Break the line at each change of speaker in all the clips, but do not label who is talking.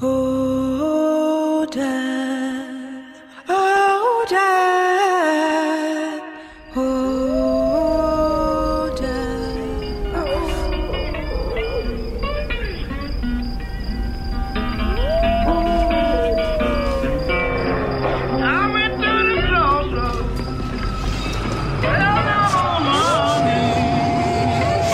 Oh, Dad. Oh, Dad. Oh, Dad.
I went to the crossroads. Well, I'm on my knees.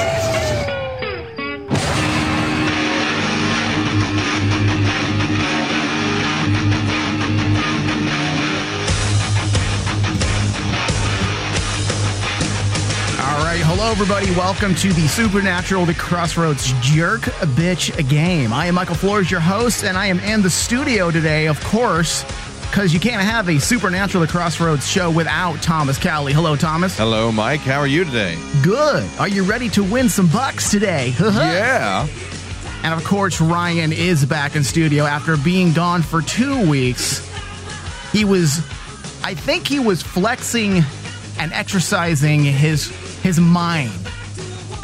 All right, hello everybody. Welcome to the Supernatural The Crossroads Jerk Bitch Game. I am Michael Flores, your host, and I am in the studio today, of course, because you can't have a Supernatural The Crossroads show without Thomas Cowley. Hello, Thomas.
Hello, Mike. How are you today?
Good. Are you ready to win some bucks today?
Yeah.
And of course, Ryan is back in studio after being gone for two weeks. He was, I think he was flexing and exercising his his mind.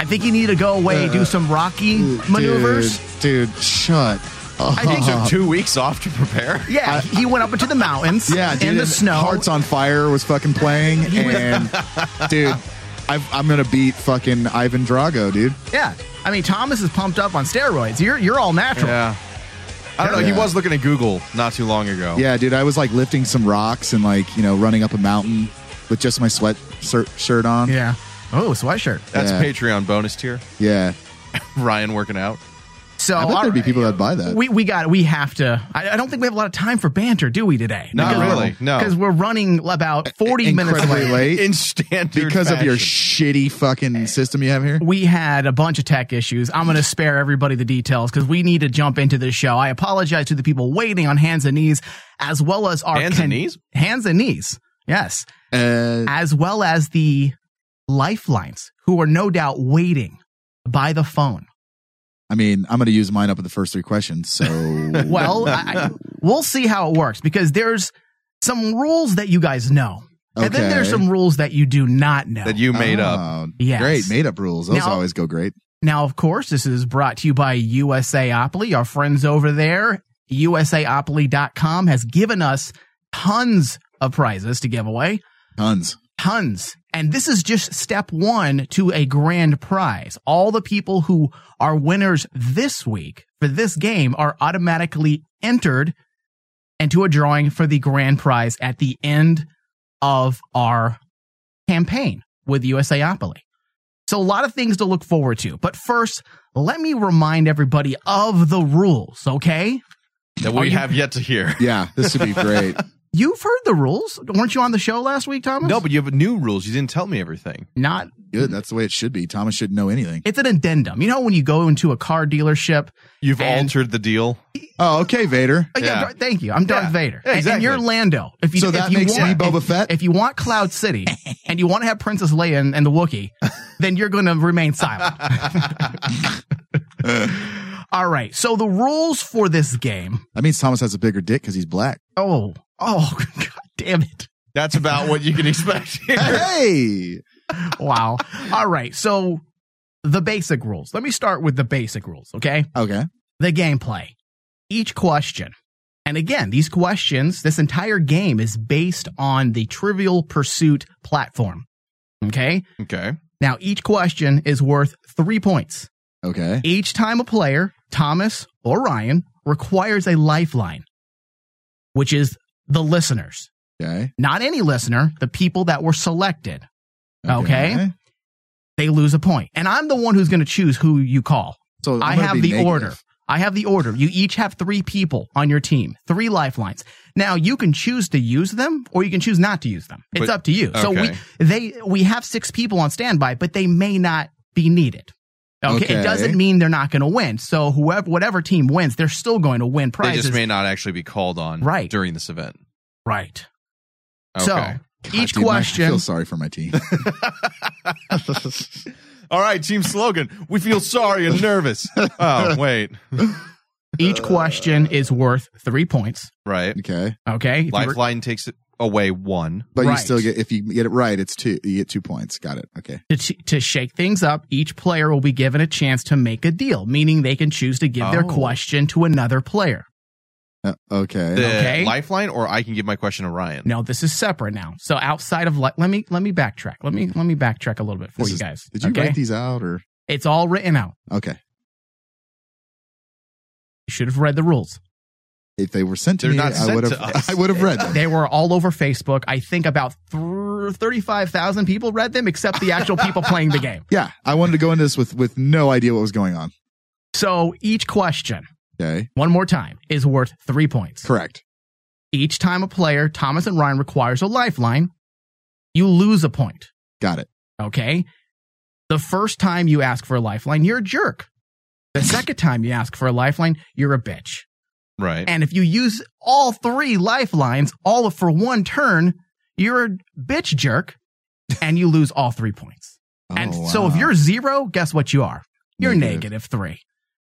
I think he needed to go away,
Uh,
do some Rocky maneuvers.
Dude, dude, shut up.
I think
Took two weeks off to prepare.
Yeah, he went up into the mountains.
yeah, dude,
in the
and
snow.
Hearts on Fire was fucking playing, and dude, I've, I'm gonna beat fucking Ivan Drago, dude.
yeah, I mean Thomas is pumped up on steroids. You're you're all natural.
Yeah. I don't know. He
Yeah.
was looking at Google not too long ago.
Yeah, dude, I was like lifting some rocks and like you know running up a mountain with just my sweat shirt, shirt on.
Yeah. Oh, sweatshirt.
That's
Yeah.
Patreon bonus tier.
yeah.
Ryan working out.
So
I bet
all
there'd be
right.
people that buy that.
Oh, We we got we have to. I, I don't think we have a lot of time for banter, do we today?
Not really, no.
because we're running about forty minutes
Incredibly
late.
late
In standard
because of your
fashion.
shitty fucking system you have here.
We had a bunch of tech issues. I'm going to spare everybody the details because we need to jump into this show. I apologize to the people waiting on hands and knees, as well as our
Hands and knees?
hands and knees. Yes,
Uh,
as well as the lifelines who are no doubt waiting by the phone.
I mean, I'm gonna use mine up in the first three questions, so
Well, I, I- we'll see how it works because there's some rules that you guys know. And then there's
Okay.
some rules that you do not know.
that you made up.
Oh,
Yes.
Great, made up rules. Those
Now-
always go great.
now, of course, this is brought to you by USAopoly, our friends over there. USAopoly.com has given us tons of prizes to give away.
Tons.
tons. And this is just step one to a grand prize. All the people who are winners this week for this game are automatically entered into a drawing for the grand prize at the end of our campaign with USAopoly. So a lot of things to look forward to. But first, let me remind everybody of the rules, okay?
That we have yet to hear.
Yeah, this would be great.
You've heard the rules. Weren't you on the show last week, Thomas?
No, but you have new rules. You didn't tell me everything.
Not
Good. That's the way it should be. Thomas shouldn't know anything.
it's an addendum. You know when you go into a car dealership.
You've
And-
altered the deal.
Oh, okay, Vader.
Oh, yeah,
Yeah.
Dar- thank you. I'm Darth
Yeah.
Vader,
Yeah,
And- and
exactly.
you're Lando. If you
So
if
that
you
makes
want,
me Boba
if,
Fett?
If you want Cloud City and you want to have Princess Leia and, and the Wookiee, then you're going to remain silent. All right. So the rules for this game.
That means Thomas has a bigger dick because he's black.
Oh, oh, god damn it!
That's about what you can expect here.
Hey,
Wow. All right. So the basic rules. Let me start with the basic rules. Okay.
okay.
the gameplay, each question. And again, these questions, this entire game is based on the Trivial Pursuit platform. Okay?
okay.
Now, each question is worth three points.
Okay.
Each time a player, Thomas or Ryan, requires a lifeline, which is the listeners.
Okay.
Not any listener, the people that were selected. Okay. They lose a point. And I'm the one who's going to choose who you call.
So I'm
I
gonna
have
be
the
negative.
order. I have the order. You each have three people on your team, three lifelines. Now you can choose to use them or you can choose not to use them. It's
But-
up to you. So we
okay.
they we have six people on standby, but they may not be needed. Okay. It
Okay.
doesn't mean they're not going to win. So whoever whatever team wins, they're still going to win
They
prizes.
just may not actually be called on
Right.
during this event.
right.
Okay.
So
God,
each
dude, Mike, I
question
feel sorry for my team.
All right, team slogan. We feel sorry and nervous. Oh, wait.
Each question is worth three points.
Right.
Okay.
Okay. If you were-
Lifeline takes it away one.
But you
Right.
still get if you get it right, it's two. You get two points. Got it. Okay.
to, to shake things up, each player will be given a chance to make a deal, meaning they can choose to give their
Oh.
question to another player.
Uh, okay.
The
Okay.
lifeline, or I can give my question to Ryan.
No, this is separate now. So outside of like, let me let me backtrack. Let me let me backtrack a little bit for
This
you
is-
guys.
Did you
okay?
write these out or
It's all written out.
okay?
You should have read the rules.
If they were sent to
They're
me,
not
I
sent
would
to
have.
us.
I would have read them.
They were all over Facebook. I think about th- thirty-five thousand people read them, except the actual people playing the game.
Yeah, I wanted to go into this with with no idea what was going on.
So each question,
Okay.
one more time, is worth three points.
Correct.
Each time a player, Thomas and Ryan, requires a lifeline, you lose a point.
Got it.
Okay. The first time you ask for a lifeline, you're a jerk. The second time you ask for a lifeline, you're a bitch.
Right.
And if you use all three lifelines, all for one turn, you're a bitch jerk and you lose all three points. and
Oh,
so if
wow.
you're zero, guess what you are? You're negative three.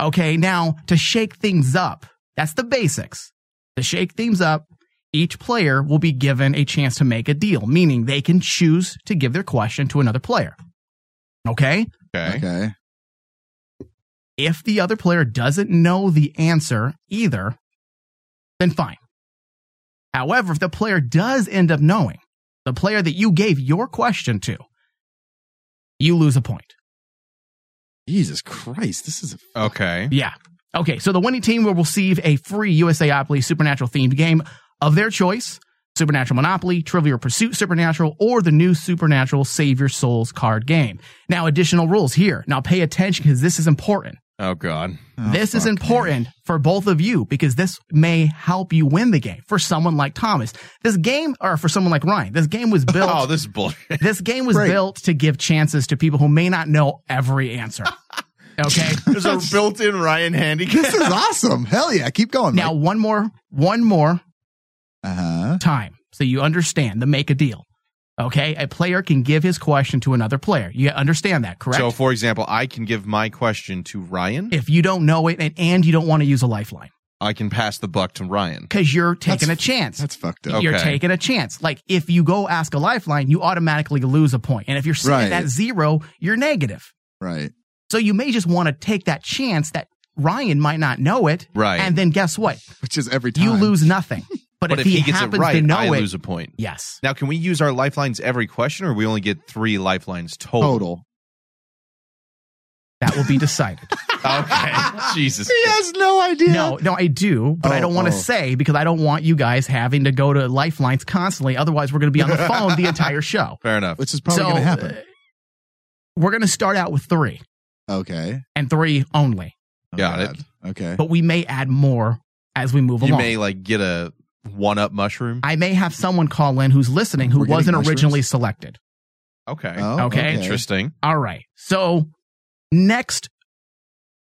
Okay. Now to shake things up, that's the basics. To shake things up, each player will be given a chance to make a deal, meaning they can choose to give their question to another player. Okay?
okay.
okay,
If the other player doesn't know the answer either, then fine. However, if the player does end up knowing the player that you gave your question to, you lose a point.
Jesus Christ, this is a
Okay.
Yeah. Okay, so the winning team will receive a free USAopoly Supernatural themed game of their choice Supernatural Monopoly, Trivial Pursuit Supernatural, or the new Supernatural Save Your Souls card game. Now, additional rules here. Now, pay attention because this is important.
Oh God.
Oh,
this is
fuck,
important for both of you because this may help you win the game for someone like Thomas. This game, or for someone like Ryan, this game was built.
Oh, this is bullshit.
this game was
Right.
built to give chances to people who may not know every answer. Okay.
There's a built-in Ryan handicap.
This is awesome. Hell yeah, keep going.
Now, one more, one more
uh huh.
time so you understand the make a deal. Okay, a player can give his question to another player. You understand that, correct?
So, for example, I can give my question to Ryan.
if you don't know it and, and you don't want to use a lifeline
I can pass the buck to Ryan.
because you're taking
That's-
a chance.
That's fucked up.
Okay.
You're taking a chance. Like if you go ask a lifeline, you automatically lose a point. And if you're sitting
Right.
at zero, you're negative.
Right.
So you may just want to take that chance that Ryan might not know it.
Right.
And then guess what?
Which is every time
You lose nothing. But,
But
if, he,
gets it
happens
right,
to know
I
it,
lose a point.
yes.
Now, can we use our lifelines every question, or we only get three lifelines total?
total.
That will be decided.
Okay. Jesus.
has no idea.
No, no, I do, but I
Oh,
don't want to
oh.
say because I don't want you guys having to go to lifelines constantly. Otherwise, we're going to be on the phone the entire show.
Fair enough.
Which is probably
So,
going to happen.
uh, we're going to start out with three
Okay.
and three only,
Oh,
Got it.
God. Okay.
but we may add more as we move
You
along.
may like get a one-up mushroom.
I may have someone call in who's listening who
We're getting
wasn't originally
mushrooms?
selected.
Okay.
Oh,
okay.
Interesting.
All right. So, next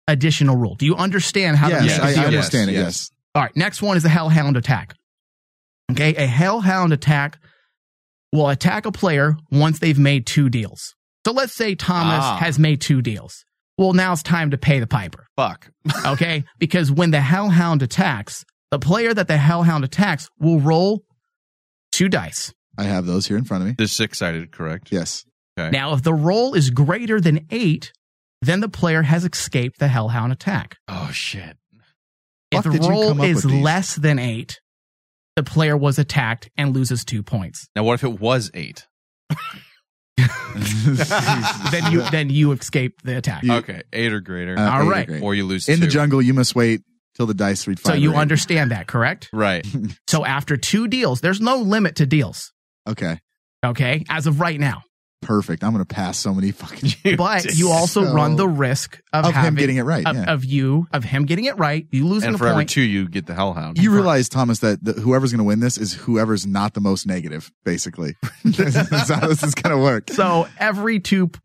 additional rule. Do you understand how to
Yes,
make a
Yes,
I, I
deal?
yes,
understand it.
yes.
Yes.
All right, next one is a hellhound attack. Okay, a hellhound attack will attack a player once they've made two deals. So let's say Thomas
Ah.
has made two deals. Well, now it's time to pay the piper.
Fuck.
Okay, because when the hellhound attacks, the player that the hellhound attacks will roll two dice.
I have those here in front of me.
The six-sided, correct?
Yes.
Okay.
Now, if the roll is greater than eight, then the player has escaped the hellhound attack.
Oh shit.
If
Fuck,
the
did you come
roll
up
is
with these?
less than eight, the player was attacked and loses two points.
Now, what if it was eight?
then
Uh,
you then you escape the attack.
You-
okay, eight or greater,
Uh,
All
eight or
right.
greater.
or you lose
In the
two.
jungle, you must wait till the dice read.
so
five
you
or eight.
understand that, correct?
Right.
So after two deals, there's no limit to deals.
Okay.
Okay, as of right now,
Perfect. I'm going to pass so many fucking
but you also
So-
run the risk of,
of
having
him getting it right.
of,
yeah.
of you of him getting it right, you losing
and
a
for every
point.
two, you get the hellhound.
you realize, Thomas, that the, whoever's going to win this is whoever's not the most negative, basically. That's how this is going to work.
so every two p-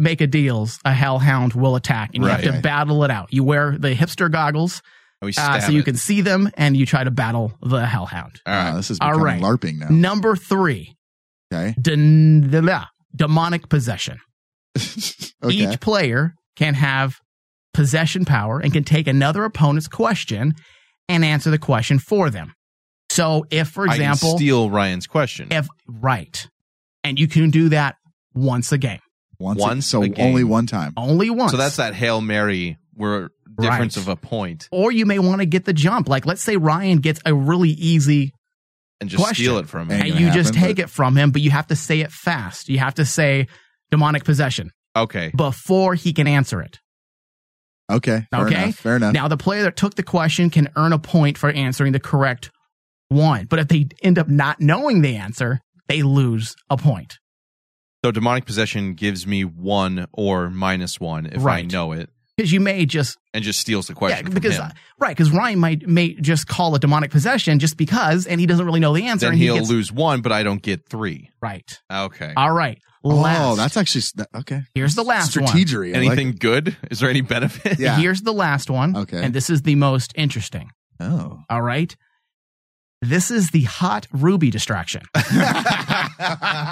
make a deals, a hellhound will attack, and you have to
Right.
battle it out. You wear the hipster goggles
And we
uh,
stab
so you
it.
can see them, and you try to battle the hellhound.
All
Wow,
right.
Ah, this is
All
becoming
right.
LARPing now.
Number three,
Okay.
den- demonic possession.
okay.
Each player can have possession power and can take another opponent's question and answer the question for them. So if, for
I can
example,
steal Ryan's question.
if right, and you can do that once a game,
Once,
Once
so
a game.
only one time.
only once.
so that's that Hail Mary where difference
Right.
of a point
Or you may want to get the jump. Like let's say Ryan gets a really easy
and just
Question.
steal it from
Ain't
him.
and you
gonna
just
happen,
take
but-
it from him, but you have to say it fast. You have to say demonic possession
Okay.
before he can answer it.
Okay. Fair
Okay.
Enough, fair enough.
Now, the player that took the question can earn a point for answering the correct one. But if they end up not knowing the answer, they lose a point.
So demonic possession gives me one or minus one if I
Right.
know it,
Because you may just,
and just steals the
yeah,
question. from
because, uh,
him.
right, because Ryan might may just call it demonic possession just because, and he doesn't really know the answer.
then
and he
he'll
gets-
lose one, but I don't get three.
Right.
Okay.
All right. Last.
oh, that's actually s- that- okay.
Here's the last one.
Strategery. I like
Anything
it.
good? Is there any benefit?
Yeah.
Here's the last one.
Okay.
And this is the most interesting.
oh.
All right. This is the hot ruby distraction.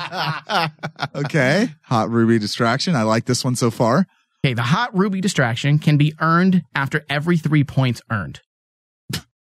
Okay. Hot Ruby distraction. I like this one so far.
Okay, the hot ruby distraction can be earned after every three points earned.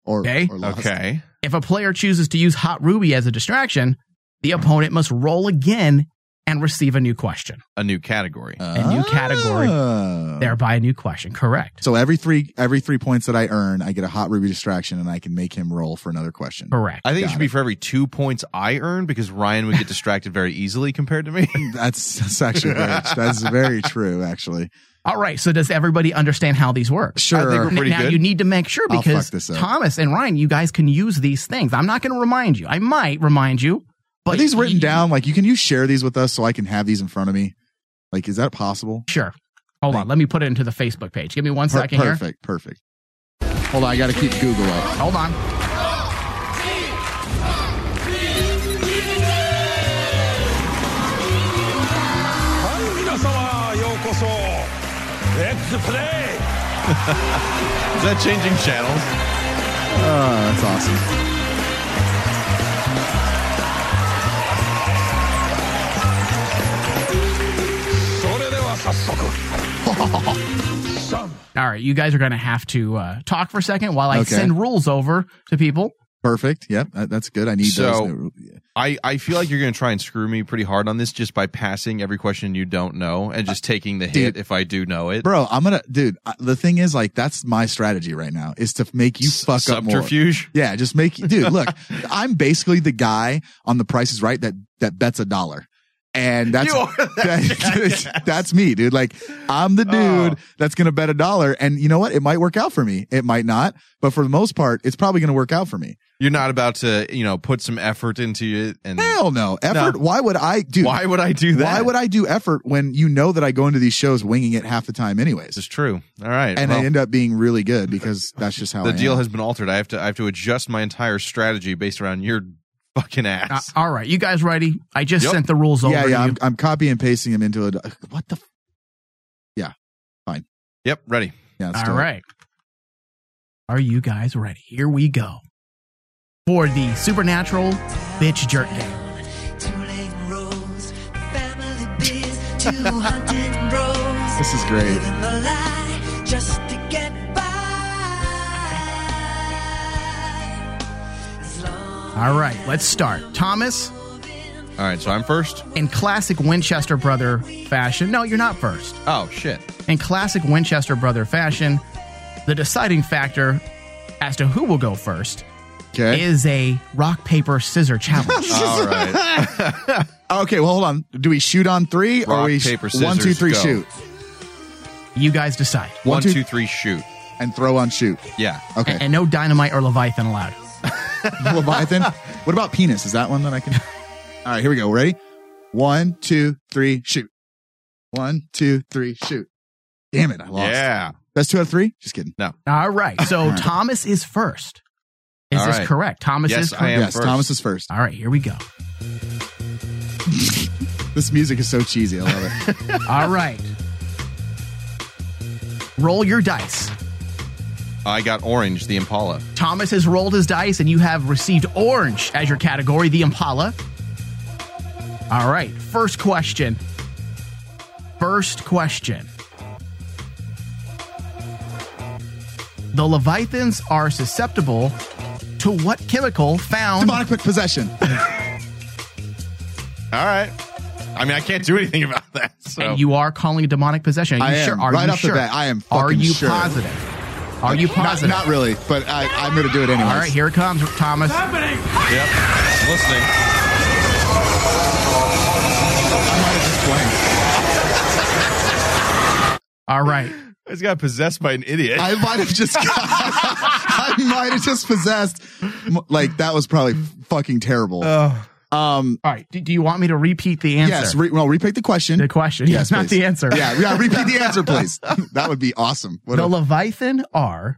Or,
Okay.
or lost.
okay.
If a player chooses to use hot ruby as a distraction, the opponent must roll again and receive a new question,
A new category.
Uh,
A new category.
Oh.
thereby a new question. Correct.
So every three every three points that I earn, I get a hot ruby distraction, and I can make him roll for another question.
Correct.
I think it
got
should be for every two points I earn because Ryan would get distracted very easily compared to me.
That's that's actually very, that's very true. Actually,
All right. So does everybody understand how these work?
I think
sure.
we're pretty
now
good.
you need to make sure
I'll
because
fuck this up.
Thomas and Ryan, you guys can use these things. I'm not going to remind you. I might remind you, but
Are these written
you-
down? Like, you can you share these with us so I can have these in front of me? Like, is that possible?
Sure. Hold on. Let me put it into the Facebook page. Give me one
Per-
second here.
perfect, perfect. Hold on, I got to keep Google up.
Hold on.
play!
Is that changing channels?
Oh, that's awesome.
All right. You guys are going to have to uh, talk for a second while I
Okay.
send rules over to people.
Perfect. Yep, that- that's good. I need
So-
those.
I, I feel like you're going to try and screw me pretty hard on this just by passing every question you don't know and just taking the hit
Dude.
if I do know it.
Bro, I'm gonna, dude. I- The thing is, like, that's my strategy right now is to make you fuck up more.
Subterfuge.
Yeah, just make dude look. I'm basically the guy on The Price is Right that that bets a dollar, and that's
You are
that- that's me, dude. Like I'm the dude
Oh.
that's gonna bet a dollar, and you know what? It might work out for me. It might not, but for the most part, it's probably gonna work out for me.
You're not about to, you know, put some effort into it. And
Hell no, effort.
No.
Why would I do?
why would I do that?
Why would I do effort when you know that I go into these shows winging it half the time, anyways?
This is true. All right.
And
well,
I end up being really good because that's just how
the
I
deal
am.
has been altered. I have to I have to adjust my entire strategy based around your fucking
Uh,
ass.
all right. You guys ready? I just
Yep.
sent the rules over
Yeah,
to
yeah.
you.
I'm, I'm copy and pasting him into a. What the? F-
yep. Ready.
yeah. let's
All
do it.
right. Are you guys ready? Here we go. For the supernatural bitch jerk game.
This is great.
Just to get by. As long
All right, let's start. Thomas,
All right. So I'm first.
in classic Winchester brother fashion. No, you're not first.
Oh shit.
In classic Winchester brother fashion, the deciding factor as to who will go first
Okay.
is a rock paper scissor challenge.
Uh,
All right.
Okay, well, hold on. Do we shoot on three or
Rock,
we
paper,
one, two,
scissors,
three,
go.
shoot
you guys decide.
One,
two-
two, three, shoot.
and throw on shoot?
Yeah.
Okay,
And, and no dynamite or leviathan allowed.
Leviathan. What about penis? Is that one that I can? All right, here we go. Ready? One, two, three, shoot. One, two, three, shoot. Damn it, I lost.
Yeah.
That's two out of three. Just kidding.
All right. So Thomas is first. Is
All
this
right.
correct? Thomas
Yes,
is correct.
I am
yes,
first.
Thomas is first.
All right, here we go.
This music is so cheesy. I love it.
All right. Roll your dice.
I got orange, the Impala.
Thomas has rolled his dice, and you have received orange as your category, the Impala. All right, first question. First question. The Leviathans are susceptible to what chemical found?
Demonic possession.
All right. I mean, I can't do anything about that. So
And you are calling it demonic possession. Are you
I am.
sure? Are
Right
you
off the
sure?
bat, I am
Are
fucking
you
sure.
positive? Are you positive?
Not really, but I, I'm going to do it anyway.
All right, here it comes, Thomas.
yep. listening.
All right.
I just got possessed by an idiot.
I might have just. I might have just possessed. Like that was probably fucking terrible.
Uh,
um.
All right. Do, do you want me to repeat the answer?
Yes. Re- well, repeat the question.
the question. Yes,
Yes,
not
please.
the answer.
Yeah. Yeah. Repeat the answer, please. that would be awesome. What
the
a-
Leviathan are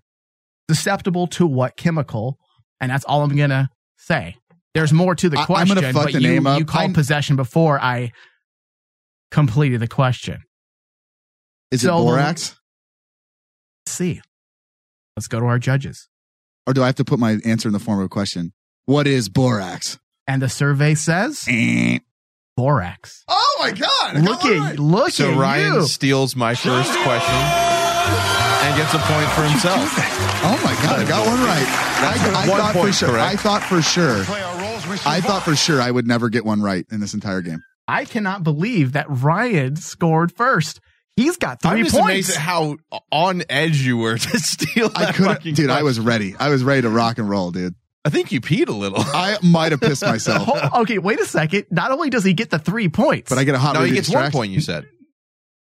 susceptible to what chemical? And that's all I'm going to say. There's more to the
I- I'm
question.
gonna fuck
but
the
you,
name up.
you called
I'm-
possession before I completed the question.
is it
so-
borax?
Let's see. Let's go to our judges.
Or do I have to put my answer in the form of a question? What is borax?
And the survey says
Eh.
borax.
Oh my god! I got
Look
one
at
right.
look
so
at
Ryan
you.
steals my first question and gets a point for himself.
Oh my god! I got one right. I, I
one
thought for
point,
sure.
correct?
I thought for sure. I thought for sure I would never get one right in this entire game.
I cannot believe that Ryan scored first. He's got 3
I'm just
points.
amazed at how on edge you were to steal.
I
that
could,
fucking
dude. I
question.
was ready. I was ready to rock and roll, dude.
I think you peed a little.
I might have pissed myself,
Ho- okay, wait a second. Not only does he get the three points,
but I get a hot.
no,
rate
he
of
gets one
distraction.
point. You said.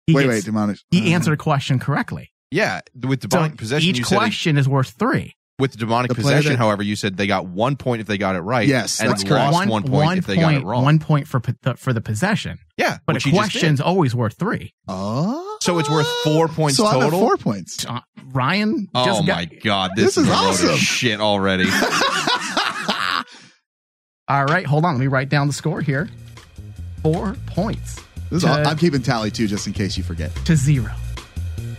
he,
Wait,
gets-
wait, demonic.
he answered a question correctly.
Yeah, with
So
demonic possession.
each
you said
question is worth three.
with demonic
The player
possession,
that-
however, you said they got one point if they got it right.
Yes,
and
that's correct.
lost one point if they got it
point-
wrong.
One point for po- the, for the possession.
yeah,
But
which
a
he just did.
question's always worth three.
Oh,
So it's worth four points
so I'm at
total?
four points.
Uh, Ryan
Oh
just
my
got.
god, this,
This is
a load of
awesome.
Shit already.
All right, hold on. Let me write down the score here. Four points
This is
to,
aw- I'm keeping tally too, just in case you forget.
to zero.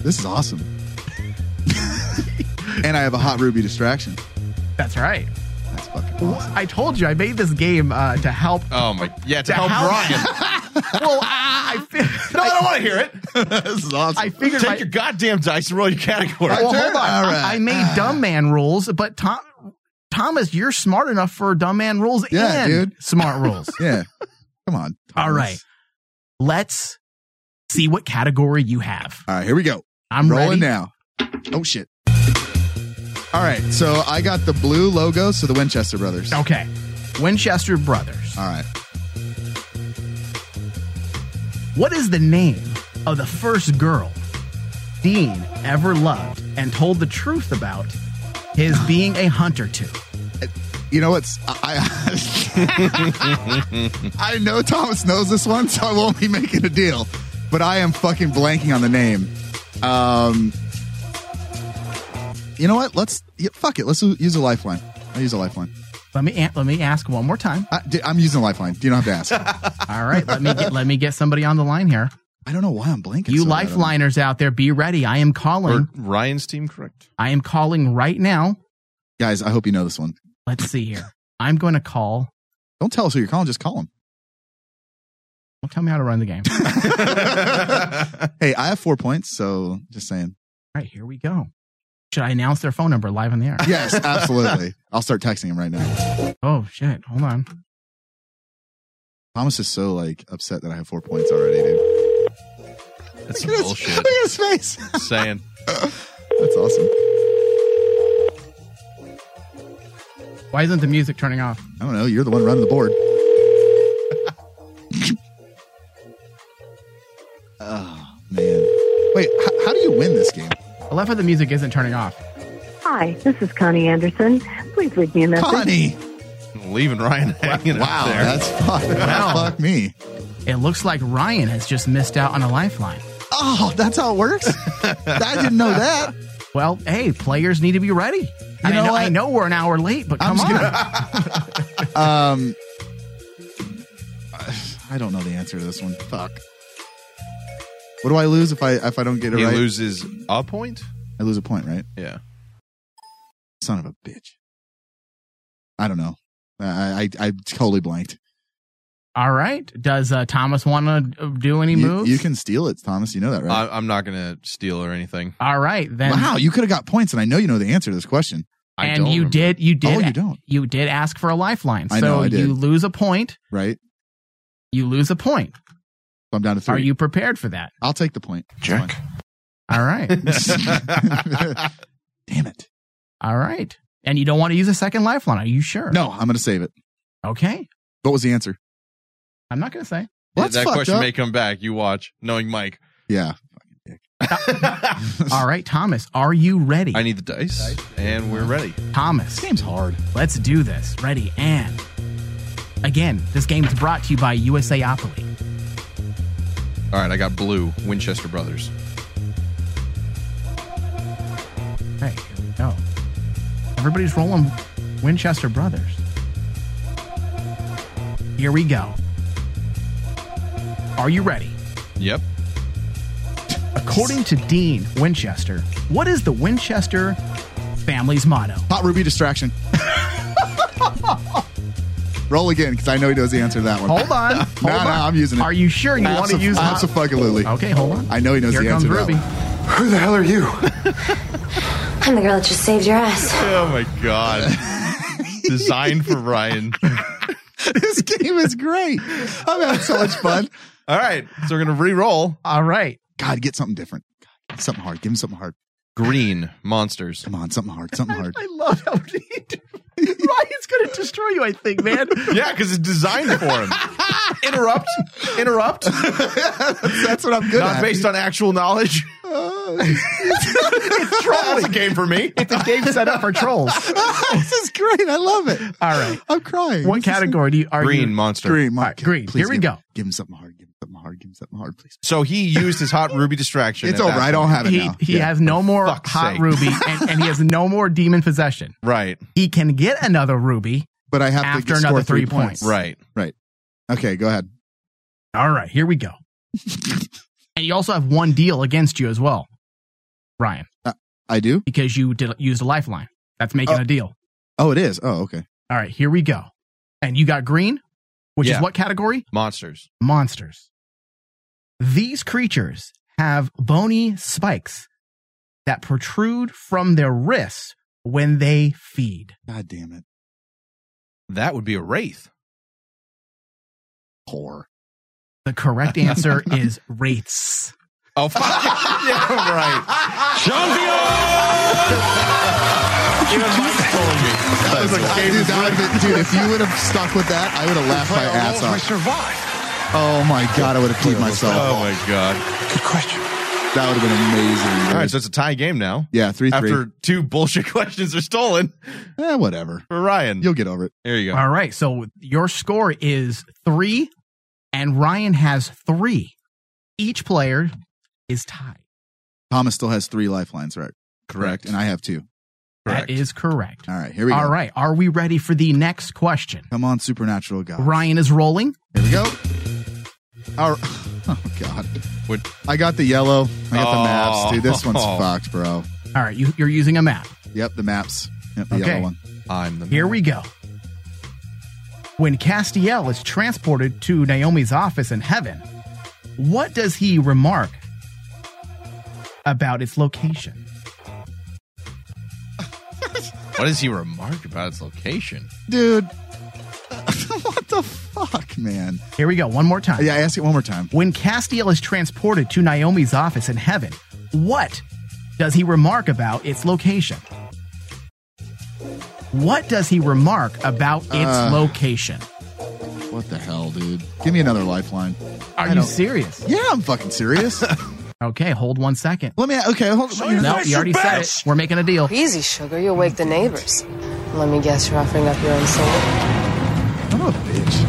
This is awesome. and I have a hot ruby distraction.
That's right.
That's fucking awesome.
I told you I made this game uh, to help.
Oh my, yeah, to
To
help
help-
Brian.
well, I, I, fi-
no, I don't want to hear it.
this is awesome.
I figured
Take
my-
your goddamn dice and roll your category.
Well,
turn?
hold on.
All
I-
right.
I, made dumb man rules, but Tom, Thomas, you're smart enough for dumb man rules
Yeah,
and
dude.
smart rules.
yeah. Come on.
All
Thomas.
right. Let's see what category you have.
All right. Here we go.
I'm ready.
rolling now. Oh shit. All right. So I got the blue logo, so the Winchester brothers.
Okay. Winchester Brothers.
All right.
What is the name of the first girl Dean ever loved and told the truth about his being a hunter to?
You know what's I I, I know Thomas knows this one, so I won't be making a deal. But I am fucking blanking on the name. Um, you know what? Let's yeah, fuck it. Let's u- use a lifeline. I'll use a lifeline.
Let me a- let me ask one more time.
I, dude, I'm using a lifeline. You don't have to ask.
All right, let me get, let me get somebody on the line here.
I don't know why I'm blanking.
You
so bad on that.
lifeliners out there, be ready. I am calling.
Or Ryan's team correct.
I am calling right now.
guys. I hope you know this one.
Let's see here. I'm going to call.
Don't tell us who you're calling. Just call them.
Don't tell me how to run the game. All
Hey, I have four points, so just saying.
right, here we go. Should I announce their phone number live on the air?
Yes, absolutely. I'll start texting him right now.
Oh shit! Hold on.
Thomas is so like upset that I have four points already, dude.
That's some
Look at his-
bullshit.
Look at his face.
Saying
That's awesome.
Why isn't the music turning off?
I don't know. You're the one running the board. oh man. Wait, how, how do you win this game?
I love how the music isn't turning off.
Hi, this is Connie Anderson. Please leave me a message.
Connie.
leaving Ryan hanging
Wow,
out there.
that's fuck. Wow. Fuck me.
It looks like Ryan has just missed out on a lifeline.
Oh, that's how it works. I didn't know that.
Well, hey, players need to be ready. And
know
I, know,
what?
I know we're an hour late, but come on.
just Um, I don't know the answer to this one. Fuck. What do I lose if I if I don't get it
He
right?
loses a point.
I lose a point, right?
Yeah.
Son of a bitch. I don't know. I I, I totally blanked.
All right. Does uh, Thomas want to do any
You,
moves?
you can steal it, Thomas. You know that,
Uh,
right?
I, I'm not gonna steal or anything.
All right then.
wow, you could have got points, and I know you know the answer to this question.
I
and
don't
you
remember.
did. You did.
Oh, you don't.
You did ask for a lifeline. So
I know, I did.
you lose a point.
Right?
You lose a point.
So I'm down to three.
Are you prepared for that?
I'll take the point.
Check.
All right.
Fine. Damn it.
All right. And you don't want to use a second lifeline. Are you sure?
No, I'm going to save it.
Okay.
What was the answer?
I'm not going to say.
Well, that's
that
fucked
question
up.
may come back. You watch, knowing Mike.
Yeah.
All right, Thomas, are you ready?
I need the dice, and we're ready.
Thomas.
Game's hard.
Let's do this. Ready and again, this game is brought to you by USAopoly.
All right, I got blue Winchester Brothers.
Hey, here we go. Everybody's rolling Winchester Brothers. Here we go. Are you ready?
Yep.
According to Dean Winchester, what is the Winchester family's motto?
Hot Ruby distraction. Roll again because I know he knows the answer to that one.
Hold on. Hold
no,
on.
no, I'm using it.
Are you sure you want to
Abso-
use hot-
Absolutely.
Okay, hold on.
I know he knows
Here
the
comes
answer to that
Ruby.
one.
Who the hell are you?
I'm the girl that just saved your ass.
Oh my god. Designed for Ryan.
this game is great. I'm having so much fun.
All right, so we're gonna re-roll.
All right.
God, get something different. God, something hard. Give him something hard.
Green monsters.
Come on, something hard. Something hard.
I love how Ryan's going to destroy you, I think, man.
Yeah, because it's designed for him. interrupt, interrupt.
That's what I'm good
Not
at. Oh,
based on actual knowledge. it's trolling. That's a game for me.
the game set up for trolls.
this is great. I love it.
All right.
I'm crying.
What
This is
category do you are
Green
you-
monster.
Green, my
All right,
God.
green.
Please
Here we
give-
go.
Give him something hard. Give him something hard. Give him something hard, please.
So he used his hot ruby distraction.
It's
at
all
that
right. I
point.
don't have it
he
now.
he
Yeah.
has no more
fuck's
hot
sake.
ruby and, and he has no more demon possession.
Right,
He can get another ruby.
but I have to
after
score
another three
three
points.
right.
Okay, go ahead.
All right, here we go. and you also have one deal against you as well, Ryan,
I do.
because you did, used a lifeline. That's making
Oh.
a deal.
Oh, it is. Oh, okay.
All right, here we go. And you got green, which
Yeah.
is what category?
Monsters.
monsters. These creatures have bony spikes that protrude from their wrists when they feed.
God damn it.
That would be a wraith.
Poor.
The correct answer is wraiths.
Oh, fuck. yeah, right.
That was like, dude, that would've been- dude, if you would have stuck with that, I would have laughed my ass off.
survive.
Oh my god, I would have peed
Oh
myself.
my god.
Good question.
That would have been amazing.
All right, so it's a tie game now.
yeah, three
After
three.
two bullshit questions are stolen
Eh, whatever.
for Ryan.
You'll get over it.
There you go.
All right, so your score is three, and Ryan has three. Each player is tied.
Thomas still has three lifelines, right?
Correct.
And I have two.
Correct.
That is correct.
All right, here we go.
All right, are we ready for the next question?
Come on, supernatural god.
Ryan is rolling.
Here we go. All right. Oh god.
Would-
I got the yellow. I got the
Oh.
maps, dude. This one's fucked, bro.
All right, you, you're using a map.
Yep, the maps. Yep, the
Okay.
yellow one.
I'm the
Here we go. When Castiel is transported to Naomi's office in heaven, what does he remark about its location?
What does he remark about its location?
Dude. what the fuck, man?
Here we go, one more time.
Yeah, ask it one more time.
When Castiel is transported to Naomi's office in heaven, what does he remark about its location? What does he remark about its
Uh,
location?
What the hell, dude? Give me another lifeline.
Are
I
you
don't-
serious?
Yeah, I'm fucking serious.
Okay, hold one second.
Let me. Okay, hold on.
No, you already said it. We're making a deal.
Easy, sugar. You'll wake the neighbors. Let me guess, you're offering up your own soul.
I'm a bitch.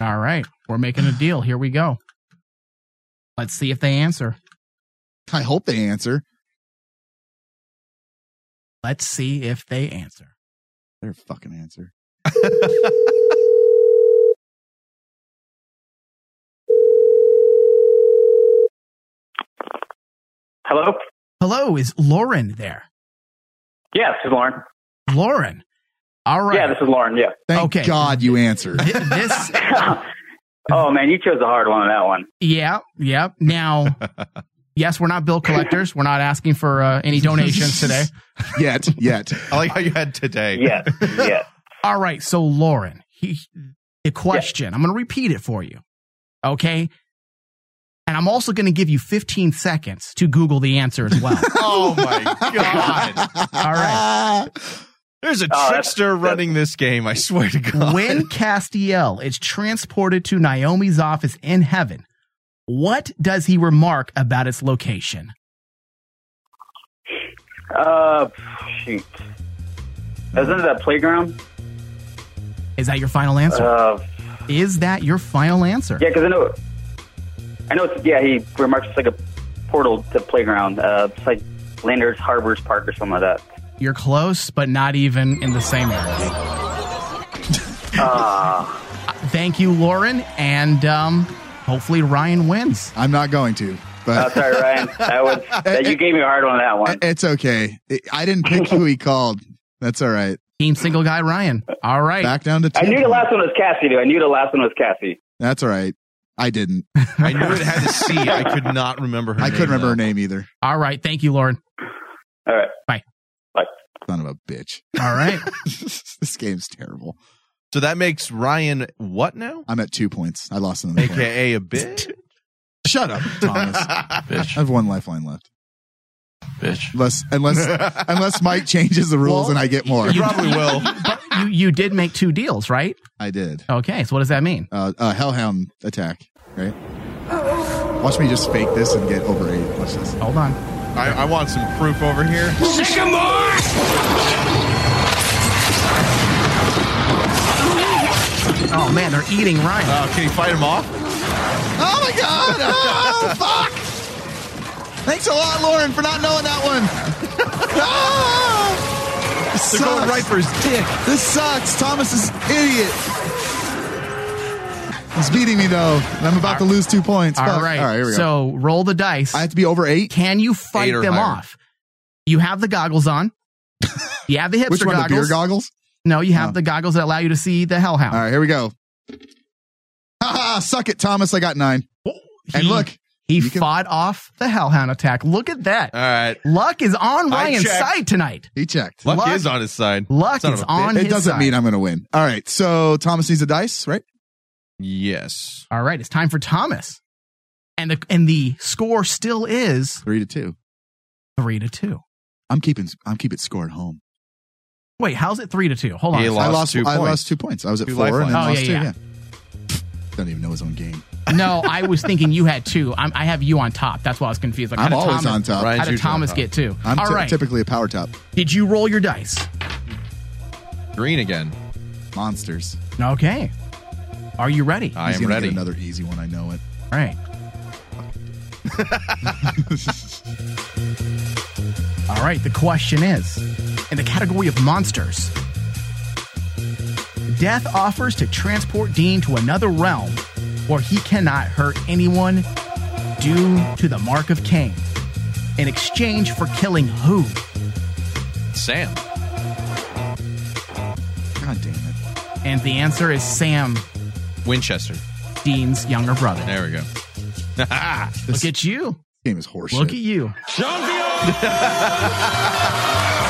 All right. We're making a deal. Here we go. Let's see if they answer.
I hope they answer.
Let's see if they answer.
Their fucking answer.
Hello?
Hello, is Lauren there?
Yeah, this is Lauren.
Lauren. All right.
Yeah, this is Lauren. Yeah.
Thank
Okay.
God you answered.
Th- this
oh man, you chose a hard one on that one.
Yeah, yeah. Now, yes, we're not bill collectors. We're not asking for uh, any donations today. Oh,
yet, yet.
I like how you had today.
Yeah, yeah.
All right, so Lauren, he, the question. I'm going to repeat it for you, okay? And I'm also going to give you 15 seconds to Google the answer as well.
Oh my god!
All right.
There's a
Oh, that's-
trickster
that's-
running this game. I swear to God.
When Castiel is transported to Naomi's office in heaven, what does he remark about its location?
Uh, shoot. Isn't it that playground?
Is that your final answer?
Uh,
is that your final answer?
yeah, because I know, I know. It's, yeah, he remarks it's like a portal to playground. Uh, it's like Landers Harbors Park or something like that.
You're close, but not even in the same area.
Ah,
Thank you, Lauren, and um, hopefully Ryan wins.
I'm not going to,
uh,
but
sorry, Ryan. That was that, you gave me a hard one on that one.
it's okay. It- I didn't pick who he called. That's all right.
Team single guy Ryan. All right.
Back down to
I
10.
knew the last one was Cassie. Dude. I knew the last one was Cassie.
That's all right. I didn't.
I knew it had a C. I could not remember her.
I couldn't remember her
name.
name either.
All right. Thank you, Lauren.
All right.
Son of a bitch.
All right.
this game's terrible.
though. So that makes Ryan what now?
I'm at two points. I lost another point.
AKA a bit.
Shut up, Thomas. I have one lifeline left. Bitch. Unless unless unless Mike changes the rules
Well,
and I get more.
Probably will.
but you, you did make two deals, right?
I did.
Okay. So what does that mean?
Uh, uh, Hellhound attack, right? Watch me just fake this and get over eight. Watch this.
Hold on.
I, I want some proof over here.
Oh, man. They're eating Ryan.
Uh, can you fight him off?
Oh my god! Oh fuck! Thanks a lot, Lauren, for not knowing that one. Ah! This
They're going
sucks.
right for his dick.
This sucks. Thomas is an idiot. He's beating me though, and I'm about to lose two points.
All
Fuck.
right.
All right. Here we go.
So roll the dice.
I have to be over eight.
Can you fight
Eight or
them
higher.
off? You have the goggles on. You have the hipster
Which one?
goggles.
The beer goggles?
no, you have
Oh.
the goggles that allow you to see the hellhound.
All right. Here we go. Ha ha! Suck it, Thomas. I got nine.
He-
and look,
He
You can-
fought off the Hellhound attack. Look at that.
All right.
Luck is on
I
Ryan's
checked.
side tonight.
he checked.
Luck,
Luck-
is on his side.
Luck
Son of
is
a
on
bitch.
his
It doesn't
side.
mean I'm going to win. All right. So Thomas needs a dice, right?
Yes.
All right, it's time for Thomas. And the and the score still is
Three to two.
three to two.
I'm keeping. I'm keeping score at home.
Wait, how's it three to two? Hold on.
He
a
lost
I lost.
two
I
points.
lost two points. I was at
Two
four and then
lifelines. Oh,
lost
yeah,
two. Yeah. Don't even know his own game.
second. no, I was thinking you had two. I'm, I have you on top. That's why I was confused. Like,
I'm
how did
always
Thomas,
on top.
Right.
How did
Usually on
Thomas
top.
get two?
I'm
All
ty-
right.
typically a power top.
Did you roll your dice?
Green again.
Monsters.
Okay. Are you ready?
I
He's
am
gonna
ready.
Get another easy one. I know it.
All right. All right, the question is in the category of monsters, death offers to transport Dean to another realm where he cannot hurt anyone due to the mark of Cain in exchange for killing who?
Sam.
God damn it.
And the answer is Sam,
Winchester.
Dean's younger brother.
There we go.
This
Look at you.
game is horseshit.
Look at you.
How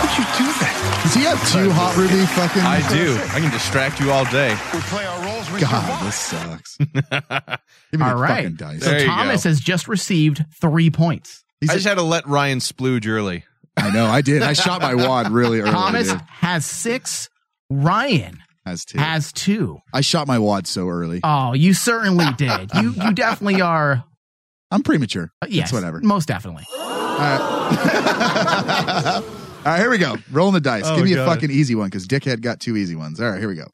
could you do that? Does he have two hot ruby fucking?
I do. I can distract you all day.
God, this sucks. Give me the
All right.
fucking dice.
There
So
you
Thomas
go.
has just received three points.
He's
I
a-
just had to let Ryan splooge early.
I know. I did. I shot my wad really early.
Thomas
dude.
has six. Ryan
has Uh, two.
has two.
I shot my wad so early.
Oh, you certainly did. You you definitely are.
I'm premature.
uh, Yes,
It's whatever.
Most definitely.
All right, here we go. Rolling the dice.
Oh,
Give me
God.
a fucking easy one because Dickhead got two easy ones. All right, here we go.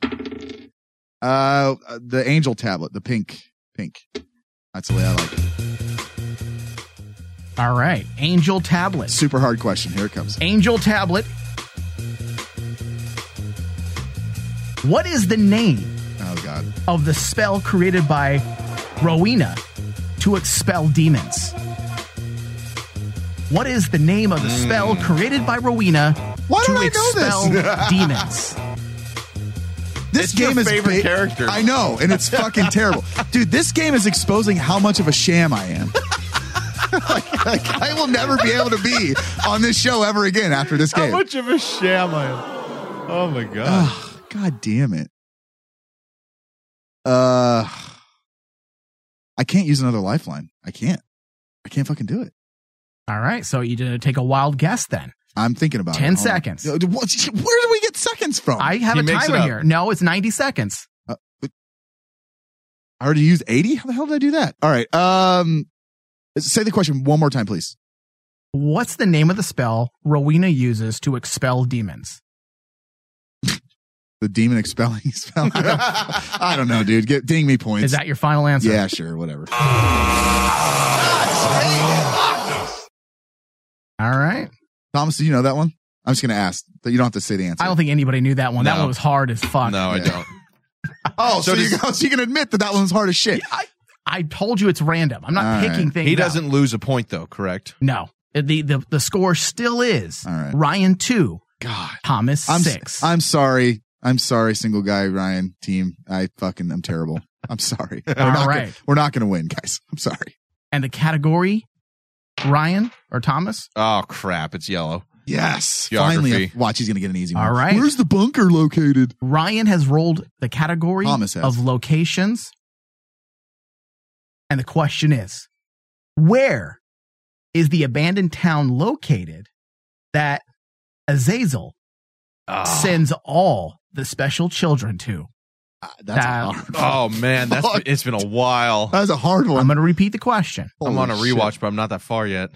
Uh, the angel tablet, the pink, pink. That's the way I like it.
All right, angel tablet.
Super hard question. Here it comes.
Angel tablet. What is the name
Oh God.
of the spell created by Rowena to expel demons? What is the name of the
Hmm.
spell created by Rowena
Why
to
don't I know this?
expel demons?
This
It's
game
your
is
favorite character.
I know, and it's fucking terrible, dude. This game is exposing how much of a sham I am. like, like, I will never be able to be on this show ever again after this
How
game.
much of a sham I am. Oh my god.
Ugh, God damn it. Uh, I can't use another lifeline. I can't. I can't fucking do it.
All right, so you uh, take a wild guess then.
I'm thinking about it.
10
Hold on.
seconds.
Yo, dude, what- Where do we get seconds from?
I have
He
a
makes it
timer
up.
here. No, it's 90 seconds.
I already used 80? How the hell did I do that? All right. Um say the question one more time, please.
What's the name of the spell Rowena uses to expel demons?
The demon expelling spell. I don't, I don't know, dude. Get ding me points.
Is that your final answer?
yeah, sure, whatever.
All right.
Thomas, do you know that one? I'm just gonna ask. That you don't have to say the answer.
I don't think anybody knew that one. That
No.
one was hard as fuck.
No, I
Yeah.
don't.
oh, so,
so
you, so you can admit that that one was hard as shit.
I, I told you it's random. I'm not
All
picking
right.
things.
He
up.
doesn't lose a point though, correct?
No. The, the, the score still is
All right.
Ryan 2,
God.
Thomas
I'm
6.
I'm sorry. I'm sorry, single guy Ryan team. I fucking am terrible. I'm sorry. We're
All
not gonna,
right.
we're not gonna win, guys. I'm sorry.
and the category, Ryan or Thomas?
Oh crap, it's yellow.
Yes. Finally,
Geography.
watch. He's gonna get an easy one.
All right.
Where's the bunker located?
Ryan has rolled the category
Thomas has.
of locations. And the question is where is the abandoned town located that Azazel
Oh,
sends all the special children to?
Uh, that's
That-
a hard.
oh man, that's
Fuck.
it's been a while.
That was a hard
I'm
one.
going to repeat the question.
I'm on a
Holy shit.
rewatch, but I'm not that far yet.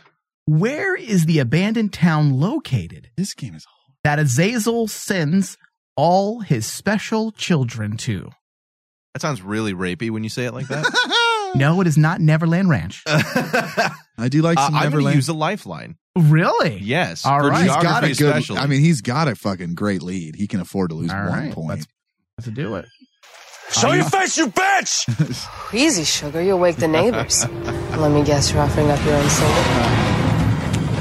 Where is the abandoned town located
This game is hard.
that Azazel sends all his special children to?
That sounds really rapey when you say it like that. Uh,
No, it is not Neverland Ranch.
I do like
Uh,
some
I'm going to
Neverland.
use a lifeline.
Really?
Yes.
All
for
right.
he's
geography
got a good.
especially.
I mean, he's got a fucking great lead. He can afford to lose
All
one
right,
point.
let's- To do it.
Easy, sugar. You'll wake the neighbors. Let me guess you're offering up your own soul.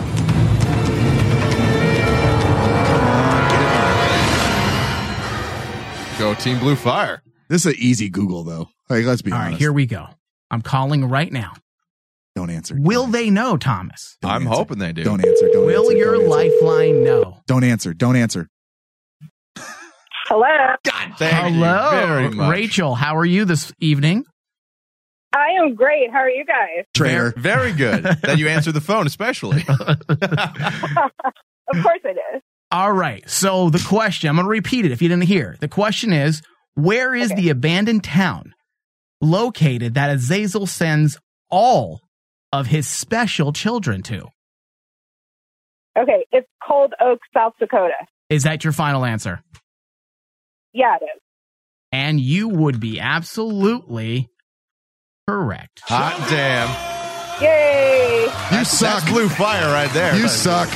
Go Team Blue Fire.
This is an easy Google though. Like, let's be
All
honest.
right, here we go. I'm calling right now.
Don't answer.
Will they know, Thomas?
Don't
I'm
answer.
hoping they do.
Don't answer. Don't
Will
answer,
your
don't answer.
lifeline know?
Don't answer. Don't answer.
Hello.
God, thank
Hello,
you very much.
Rachel. How are you this evening?
I am great. How are you guys?
Traitor.
Very good that you answered the phone, especially.
Of course it is.
All right. So the question, I'm going to repeat it if you didn't hear. The question is, where is the abandoned town located that Azazel sends all of his special children to?
Okay, it's Cold Oak, South Dakota.
Is that your final answer?
Yeah, it is.
And you would be absolutely correct.
Hot damn.
Yay!
You suck.
That's Blue Fire right there.
You suck.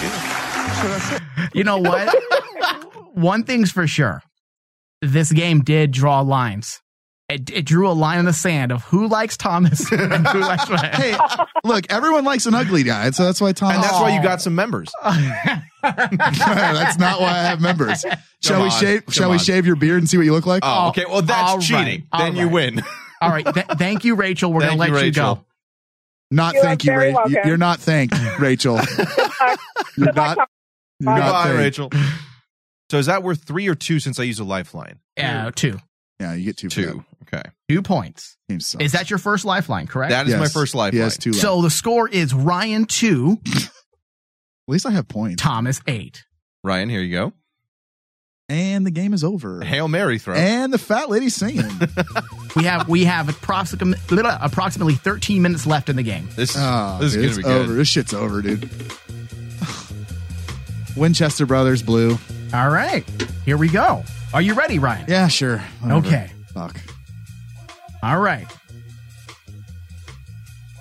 You know what? One thing's for sure. This game did draw lines. It, it drew a line in the sand of who likes Thomas and who likes Ryan.
Hey, look, everyone likes an ugly guy, so that's why Tom. Oh,
And that's why you got some members.
that's not why I have members. Shall we
on,
shave?
come
Shall we
on.
shave your beard and see what you look like?
Uh,
Oh, okay. Well, that's
All right,
cheating.
all
then you
right.
win.
All right. Th- thank you, Rachel. We're going to let
Thank you,
you,
Rachel.
go.
Not
You are
thank you,
very
Ra-
welcome.
You're not thanked, Rachel. you're not. You're
Bye.
not
Goodbye,
thanked.
Rachel. So is that worth three or two since I used a lifeline?
Uh, two.
Yeah, you get two. For that.
Two. Okay.
Two points.
Game sucks.
Is that your first lifeline, correct?
That is my
Yes.
first lifeline.
He has two. left.
so the score is Ryan 2,
At least I have points.
Thomas 8.
Ryan, here you go.
And the game is over.
Hail Mary throw.
And the fat lady singing.
We have we have approximately, approximately 13 minutes left in the game.
this is,
Ah,
this
dude,
is
it's
going to be
over.
good.
This shit's over, dude. Winchester Brothers Blue.
All right. Here we go. Are you ready, Ryan?
Yeah, sure. Whatever.
Okay.
Fuck.
All right.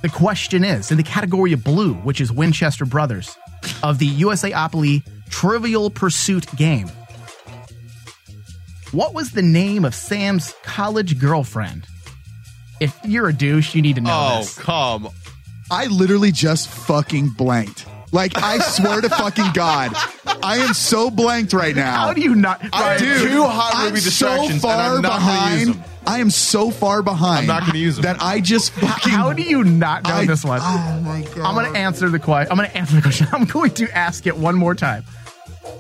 The question is in the category of blue, which is Winchester Brothers, of the USAopoly Trivial Pursuit game. What was the name of Sam's college girlfriend? If you're a douche, you need to know
Oh,
this.
come.
I literally just fucking blanked. Like I swear to fucking God, I am so blanked right now. How do
you not?
I have two hot movie distractions, and I'm not gonna use them.
I am so far behind. I'm not going to use them. That I just fucking.
How do you not know
I-
this one?
Oh my god!
I'm going to answer the question. I'm going to answer the question. I'm going to ask it one more time.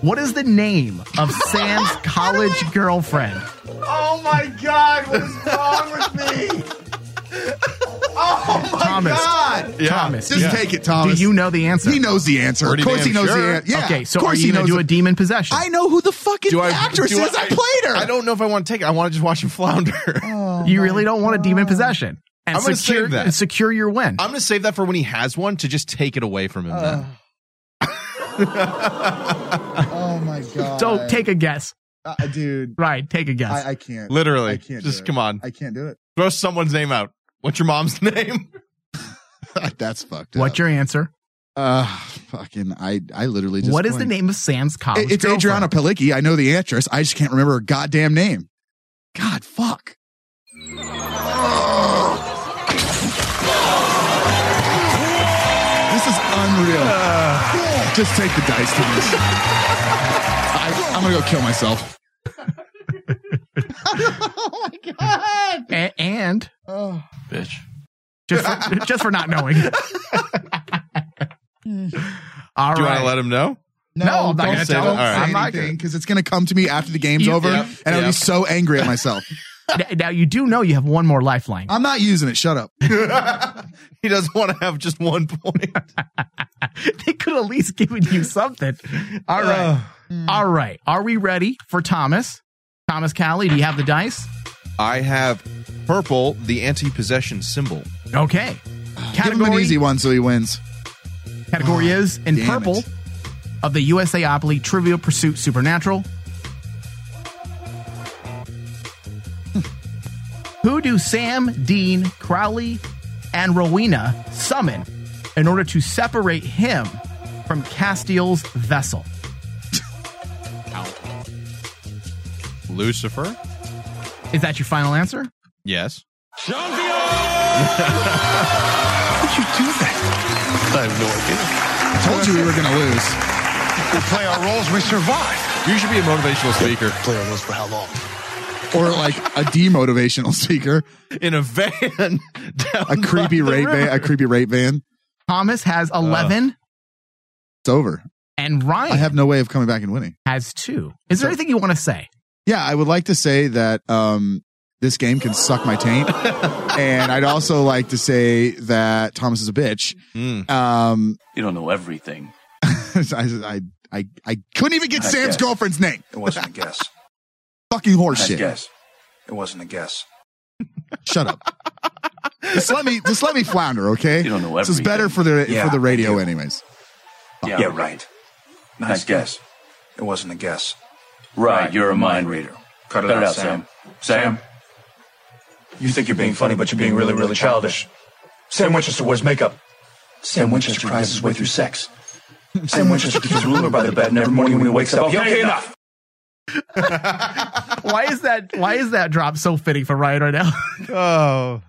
What is the name of Sam's college girlfriend?
Oh my god, what is wrong with me? Oh my
Thomas.
god.
Thomas.
Just
yeah.
take it, Thomas.
Do you know the answer?
He knows the answer.
Pretty
of course, he
damn
knows
sure.
the answer. Yeah.
Okay, so
of
are
course
you
he
going
knows
to do
the-
a demon possession?
I know who the fucking actress
do
is. I, played her.
I don't know if I want to take it. I want to just watch him flounder.
you really don't want a demon possession. And
I'm gonna
secure,
save that.
And secure your win.
I'm going to save that for when he has one to just take it away from him. then.
oh my god!
so take a guess.
uh, dude.
Right, take a guess.
I, I can't.
Literally.
I can't. do
Just
it.
come on.
I can't do it.
Throw someone's name out. What's your mom's name?
That's fucked.
What's
up.
your answer?
Uh, fucking. I. I literally just.
What is
blanked.
the name of Sam's college
It- it's
girlfriend?
Adriana Palicki. I know the actress. I just can't remember her goddamn name. God, fuck. This is unreal. Just take the dice to this. I, I'm gonna go kill myself.
Oh my god.
A- and
Oh,
Bitch.
just for, just for not knowing. All
Do you want
right.
to let him know?
No, I'm not
don't
gonna
say-
tell
Don't
him.
All right.
say
I'm not
anything because it's gonna come to me after the game's
You-
over,
Yep,
and I'll be
yep.
so angry at myself.
N- now you do know you have one more lifeline.
I'm not using it. Shut up.
he doesn't want to have just one point.
they could at least given you something. All
Uh.
right.
Um,
All right. Are we ready for Thomas? Thomas Callie, do you have the dice?
I have purple, the anti possession symbol.
Okay.
Give him an
Category
easy one so he wins.
category is in
damn
purple
it.
of the USAopoly Trivial Pursuit Supernatural. Hmm. Who do Sam, Dean, Crowley, and Rowena summon in order to separate him from Castiel's vessel?
Lucifer?
Is that your final answer?
Yes.
Why would you do that?
I have no idea.
I told you we were gonna lose.
We play our roles, we survive.
You should be a motivational speaker
Play our roles for how long?
or like a demotivational speaker,
in a van. down
a creepy
by the
rape van,
river.
a creepy rape van.
Thomas has 11
It's over.
and
Uh, I
Ryan
have no way of coming back and winning.
has 2. Is there anything you want to say?
Yeah, I would like to say that um, this game can suck my taint, and I'd also like to say that Thomas is a bitch.
Mm.
Um,
You don't know everything.
I, I, I, I couldn't even get
I
Sam's
guess.
girlfriend's name.
It wasn't a guess.
Fucking
Not a
horseshit.
guess. It wasn't a guess.
Shut up. just let me, just let me flounder, okay?
You don't know
This is
everything.
better for the
Yeah,
for the
I
radio,
do.
anyways.
Yeah, right. Nice guess. It wasn't a guess. Right, you're a mind reader. Cut it, out, Sam. Sam. You think you're being funny, but you're being really, really childish. Sam Winchester wears makeup. Sam Winchester cries his way through sex. Sam Winchester keeps a ruler by the bed, and every morning when he wakes up, okay, enough.
Why is that why is that drop so fitting for Ryan right now?
Oh,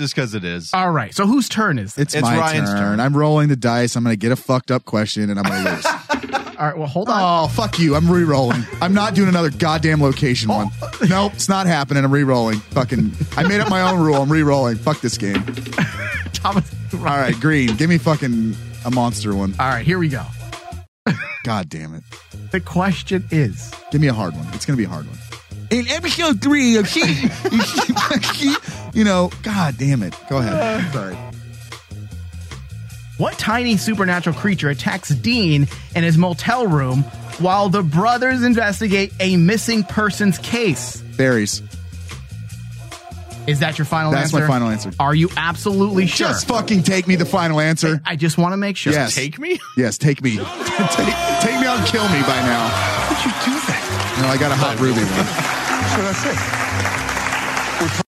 just because it is.
All right. So whose turn is this?
It's,
It's
my
Ryan's
turn.
turn.
I'm rolling the dice. I'm going to get a fucked up question and I'm going to lose.
All right, well hold on.
oh, fuck you. I'm re rolling. I'm not doing another goddamn location one. Nope, it's not happening. I'm re rolling. Fucking, I made up my own rule. I'm re rolling. Fuck this game.
Thomas.
Oh. All right, green. Give me fucking a monster one.
All right, here we go.
God damn it.
The question is
Give me a hard one. It's going to be a hard one. In episode three of she, you know, god damn it. Go ahead. Sorry.
what tiny supernatural creature attacks Dean in his motel room while the brothers investigate a missing person's case?
Berries.
Is that your final
That's
answer?
my final answer.
Are you absolutely sure?
Just fucking take me the final answer.
I just want to make sure.
Yes.
Take me?
Yes, take me. take, take me out, kill me by now. Why would you do that? No, I got a hot ruby one.
So that's it.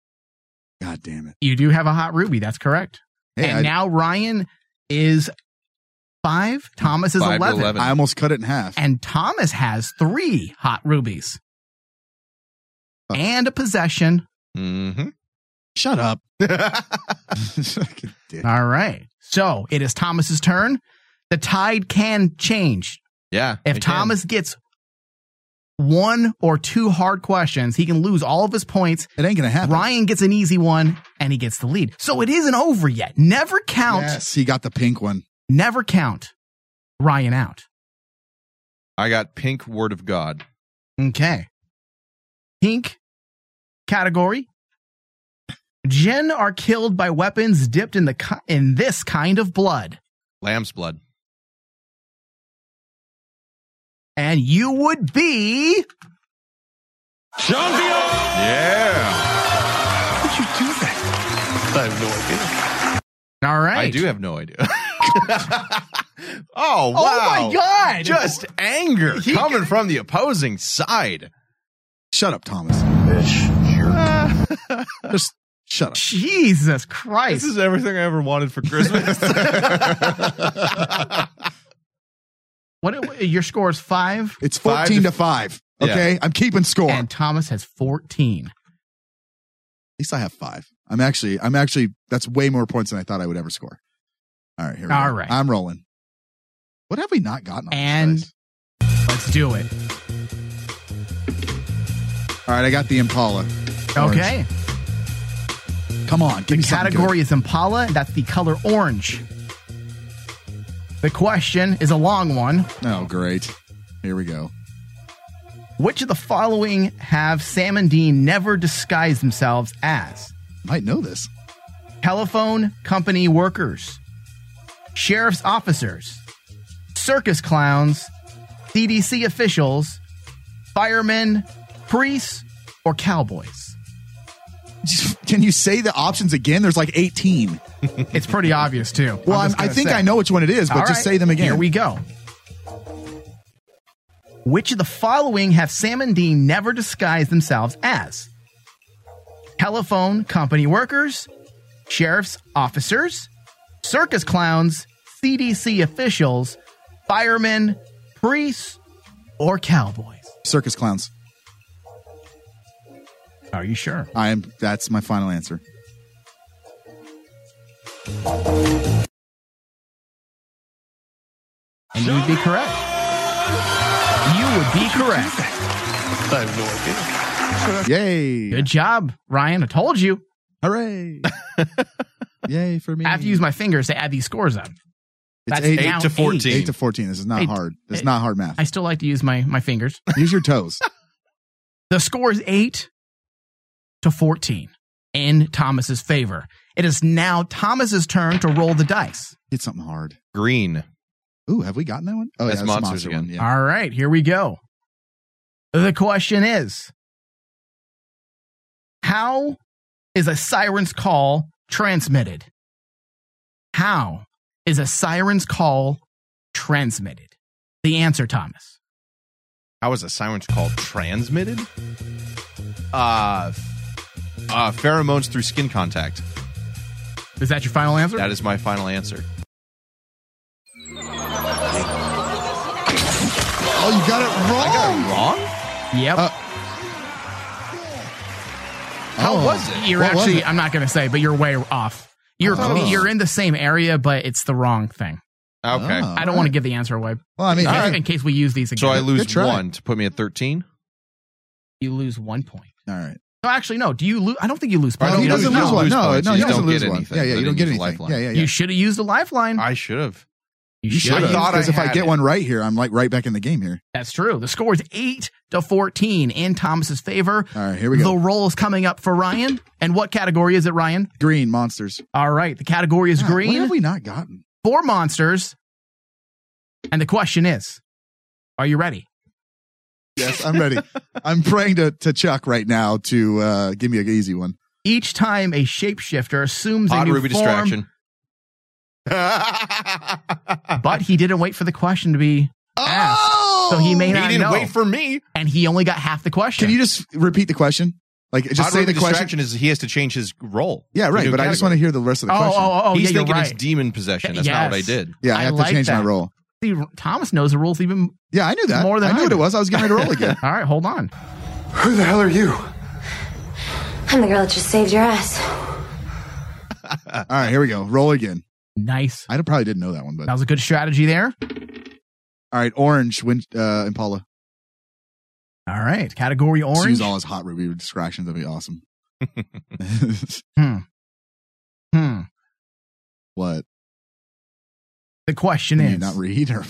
God damn it.
You do have a hot ruby. That's correct.
Hey,
and
I,
now Ryan is five. Thomas is
Five to
11,
11.
I almost cut it in half.
And Thomas has three hot rubies
Fuck.
and a possession.
Mm-hmm.
Shut up. Fucking dick.
All right. So it is Thomas's turn. The tide can change.
Yeah.
If Thomas gets one or two hard questions, he can lose all of his points.
It ain't gonna happen.
Ryan gets an easy one and he gets the lead. So it isn't over yet. Never count.
Yes, he got the pink one.
Never count Ryan out.
I got pink word of God.
Okay. Pink category. Gen are killed by weapons dipped in the ki- in this kind of blood.
Lamb's blood.
And you would be
Champion! Yeah.
How did you do that?
I have no idea.
All right.
I do have no idea. oh,
Oh
wow.
my God.
Just anger coming from the opposing side.
Shut up, Thomas. Just shut up.
Jesus Christ.
This is everything I ever wanted for Christmas.
What your score is 5
It's
Five
14
to-
to 5.
Yeah.
Okay. I'm keeping score.
and Thomas has 14.
At least I have five. I'm actually, I'm actually, that's way more points than I thought I would ever score. All right, here we
All
go.
right.
I'm rolling. What have we not gotten? On
And-
this
Let's do it.
dice? all right, I got the Impala. Orange.
Okay.
Come on. Give me
The
something
category is Impala. That's the color orange. The question is a long one.
good. Oh, great. Here we go.
Which of the following have Sam and Dean never disguised themselves as?
Might know this.
Telephone company workers, sheriff's officers, circus clowns, CDC officials, firemen, priests, or cowboys?
Can you say the options again? There's like 18.
It's pretty obvious, too.
Well,
I'm
I'm
just
i
gonna
think
say.
I know which one it is, but
All
just
right,
say them again.
Here we go. Which of the following have Sam and Dean never disguised themselves as? Telephone company workers, sheriff's officers, circus clowns, CDC officials, firemen, priests, or cowboys?
Circus clowns.
Are you sure?
I am. That's my final answer.
And you would be correct. You would be correct.
I have no idea.
Yay!
Good job, Ryan. I told you.
Hooray! Yay for me!
I have to use my fingers to add these scores up.
Hmm. it's
that's
eight,
now
Eight to 14.
eight to fourteen. This is not
Eight-
hard. This is
eight-
not hard math.
I still like to use my, my fingers.
use your toes.
The score is 8 to 14 in Thomas's favor. It is now Thomas's turn to roll the dice.
Hit something hard.
Green.
Ooh, have we gotten that one? Oh,
That's
yeah,
monsters
monster
again.
one. Yeah.
All right, here we go. The question is How is a siren's call transmitted? How is a siren's call transmitted? The answer, Thomas.
How is a siren's call transmitted? Uh, f- uh, pheromones through skin contact.
Is that your final answer?
That is my final answer.
Oh, you got it wrong.
Wrong?
yep.
Uh,
How
Oh.
was it?
You're
What was
actually,
it?
I'm not going to say, but you're way off. You're
Oh.
you're in the same area, but it's the wrong thing.
Okay.
Oh.
I don't want to give the answer away
Well, I mean,
in,
I-
case, in case we use these again.
So I
Good
lose
try.
one to put me at 13.
you lose one point.
all right.
No, actually, no. Do you lose? I don't think you lose.
Or
I
No,
don't
he
think you
doesn't
you
lose
don't
one.
lose
No,
points.
no,
You
he doesn't
don't
lose
get
one.
anything.
Yeah, yeah, you
I
don't
didn't
get
use a
anything.
lifeline.
Yeah, yeah,
You
you
should have used the
Mm.
lifeline.
I should have.
You
I
should have.
thought
Because if I
had
get
it.
one right here, I'm like right back in the game here.
That's true. The score is eight to fourteen in Thomas's favor.
All right, here we go.
The roll is coming up for Ryan. And what category is it, Ryan?
Green monsters.
All right, the category is
Ah, What
green.
have we not gotten?
four monsters. And the question is, are you ready?
Yes, I'm ready. I'm praying to, to Chuck right now to uh, give me an easy one.
Each time a shapeshifter assumes
Hot
a new
Ruby
form,
distraction.
but he didn't wait for the question to be asked, so he
Oh!
may
he
not
didn't
know.
wait for me.
and he only got half the question.
Can you just repeat the question? Like, just
Hot
say
Ruby
the question.
distraction is he has to change his role.
Yeah,
to a
right.
new
But I just want
category.
to hear the rest of the
oh,
question.
oh, oh,
He's
yeah,
thinking
you're
it's
right.
demon possession. That's not what I
Yes.
did.
yeah, I
I
have
like
to change
that.
my role.
See, Thomas knows the rules even.
Yeah, I knew that.
More than
I knew
I
what
do.
it was. I was getting ready to roll again.
All right, hold on.
Who the hell are you?
I'm the girl that just saved your ass.
All right, here we go. Roll again.
Nice.
I probably didn't know that one, but
That was a good strategy there.
all right, orange win uh, Impala.
All right, category
Just
orange.
Use all his hot review distractions. That'd be awesome.
Hmm. Hmm.
what?
The question
Can you
is
not read or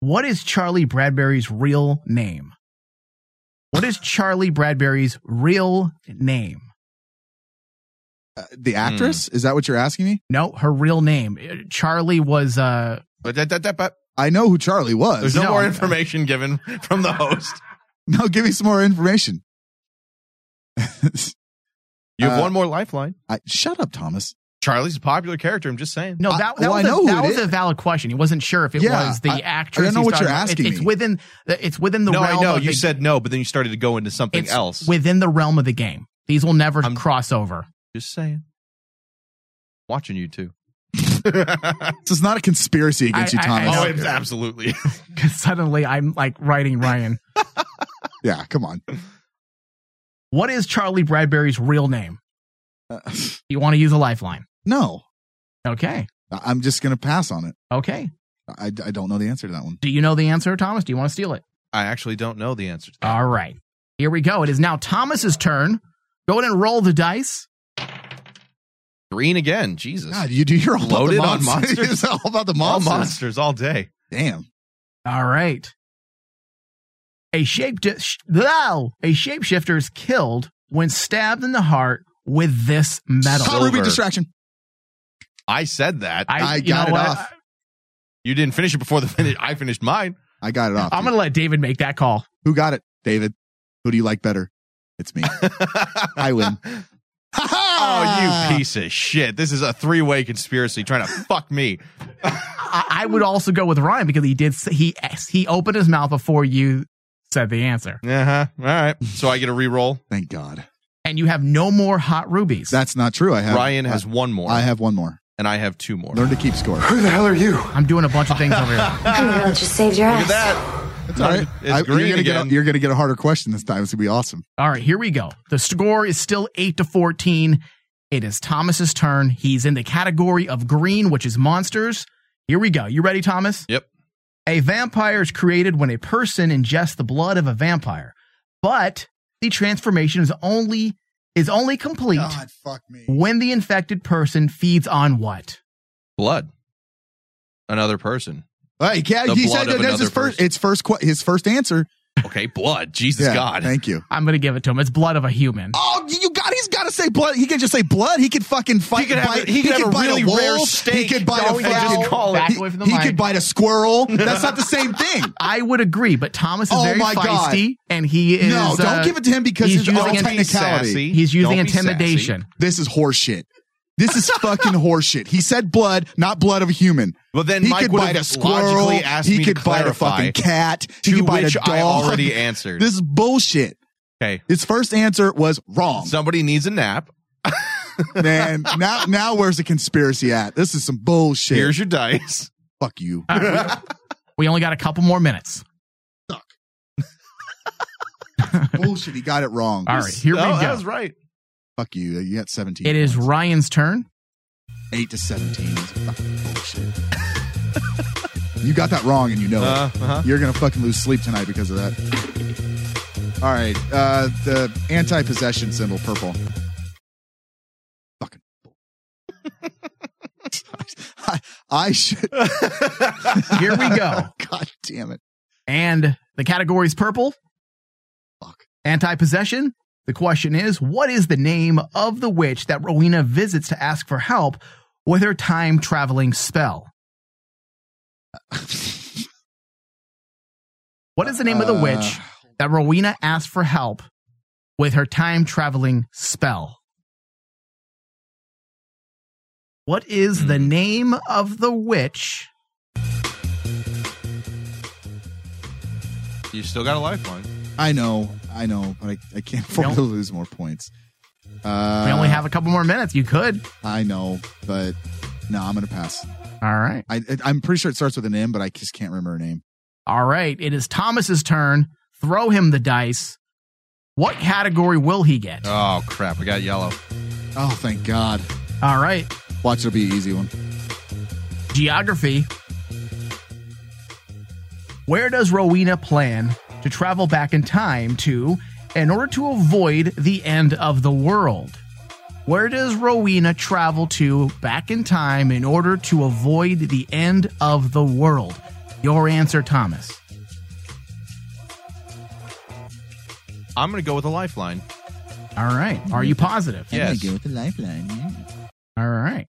what is Charlie Bradbury's real name? What is Charlie Bradbury's real name?
Uh,
Hmm.
the actress? Is that what you're asking me?
No, her real name. Uh, Charlie was. uh
I know who Charlie was.
There's no, more information given from the host.
No, give me some more information.
You have
Uh,
one more lifeline.
I, shut up, Thomas.
Charlie's a popular character. I'm just saying.
No, that, that was, a, that was a valid question. He wasn't sure if it
Yeah,
was the
I- I
actress.
don't know
he's
what
talking
you're
about. It's-
asking
It's,
me.
within the, it's within the
no,
realm
I know.
of
You
the,
said no, but then you started to go into something else.
within the realm of the game. These will never cross over.
Just saying. Watching you too.
This is not a conspiracy against you, Thomas.
oh, it's absolutely.
Suddenly, I'm like writing Ryan.
yeah, come on.
What is Charlie Bradbury's real name? you want to use a lifeline?
Uh, No.
Okay.
I- I'm just gonna pass on it.
Okay.
I, I don't know the answer to that one.
Do you know the answer, Thomas? Do you want to steal it?
I actually don't know the answer. to
All right. Here we go. It is now Thomas's turn. Go ahead and roll the dice.
Green again. Jesus.
God, you do your all
Loaded
about
on
the monsters.
monsters.
all about the
All
monsters.
monsters all day.
Damn.
All right. A shape sh- wow. a shapeshifter is killed when stabbed in the heart with this metal.
Hot Ruby distraction.
I said that.
I- I you got know it what? off.
You didn't finish it before the finish. I finished mine.
I got it off.
I'm going to let David make that call.
Who got it, David? Who do you like better? It's me. I win.
Oh, you piece of shit. This is a three way conspiracy trying to fuck me.
I, I would also go with Ryan because he did s- he he opened his mouth before you said the answer.
Uh huh. All right. So I get a re-roll.
Thank God.
And you have no more hot rubies.
That's not true. I have
Ryan has one more.
I have one more.
And I have two more.
Learn to keep score.
Who the hell are you?
I'm doing a bunch of things over here.
I'm the girl that just saved your
Look at
ass.
that.
It's all right.
It's
I- you're
green
gonna
again.
Get a, you're gonna get a harder question this time. It's gonna be awesome.
All right, here we go. The score is still 8 to 14. It is Thomas's turn. He's in the category of green, which is monsters. Here we go. You ready, Thomas?
Yep.
A vampire is created when a person ingests the blood of a vampire, but the transformation is only is only complete
fuck
when the infected person feeds on what?
Blood. Another person.
All right, yeah,
The
he
blood
said
of
that- that's
another
his first. It's first. que- His first answer.
Okay, blood. Jesus
Yeah,
God.
Thank you.
I'm gonna give it to him. It's blood of a human.
Oh, you got. He's got to say blood. He can just say blood. He could fucking fight.
He could have
bite,
a- he could have a
bite
really
wolf.
rare steak.
He could bite
Don't
a
we just
fucking.
call it?
he
Back away from the
he
mic.
could bite a squirrel. That's not the same thing.
I would agree, but Thomas is
Oh
very
my God.
feisty, and he is.
No, don't
uh,
give it to him because
he's
it's all
using
Don't be
technicality.
sassy.
He's using
Don't be sassy.
intimidation.
This is horseshit. This is fucking horseshit. He said blood, not blood of a human.
Well, then
he
Mike
could
would
bite
have
a squirrel.
logically asked
he
me to
could bite a
clarify,
fucking cat. He
to
could bite
which
a dog.
I already answered.
This is bullshit.
Okay.
His first answer was wrong.
Somebody needs a nap.
Man, now now where's the conspiracy at? This is some bullshit.
Here's your dice.
Fuck you.
Ah. We only got a couple more minutes.
bullshit. He got it wrong.
All right, here
No,
we
that
go.
was Oh, right.
Fuck you. You got 17.
It is Ryan's turn.
8 to 17. It's fucking bullshit. you got that wrong and you know
Uh,
it.
uh-huh.
You're going to fucking lose sleep tonight because of that. All right. Uh, the anti possession symbol, purple. Fucking bull. I, I should.
Here we go.
God damn it.
And the category is purple.
Fuck.
Anti possession. The question is what is the name of the witch that Rowena visits to ask for help with her time traveling spell? what is the name of
Uh,
the witch that Rowena asks for help with her time traveling spell? What is
Hmm.
the name of the witch?
You still got a lifeline.
I know. I know. But I, I can't afford
Don't-
to lose more points. Uh,
We only have a couple more minutes. You could.
I know, but no, I'm gonna pass.
All right.
I, I- I'm pretty sure it starts with an M, but I just can't remember her name.
All right, it is Thomas's turn. Throw him the dice. What category will he get?
Oh crap! I got yellow.
Oh, thank God!
All right,
Watch, it'll be an easy one.
Geography. Where does Rowena plan to travel back in time to in order to avoid the end of the world? Where does Rowena travel to back in time in order to avoid the end of the world? Your answer, Thomas.
I'm going to go with a lifeline.
All right. Are you positive?
I'm gonna Yes. go
with the lifeline. All right.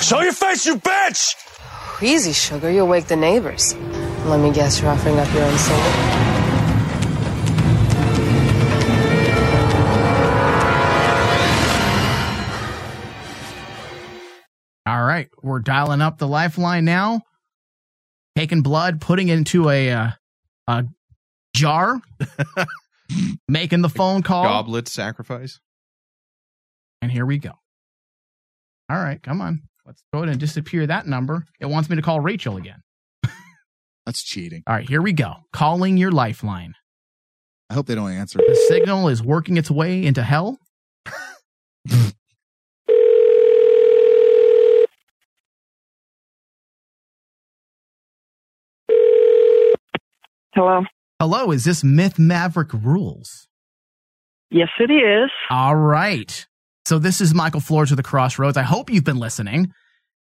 Show your face, you bitch! Easy, sugar. You'll wake the neighbors. Let me guess, you're offering up your own soul.
All right, we're dialing up the lifeline now. Taking blood, putting it into a uh, a jar, making the phone call,
Goblet sacrifice.
and here we go. All right, come on, let's go ahead and disappear that number. It wants me to call Rachel again.
That's cheating.
All right, here we go. Calling your lifeline.
I hope they don't answer.
The signal is working its way into hell.
Hello.
Hello, is this Myth Maverick Rules?
Yes, it is.
All right. So this is Michael Flores with the Crossroads. I hope you've been listening.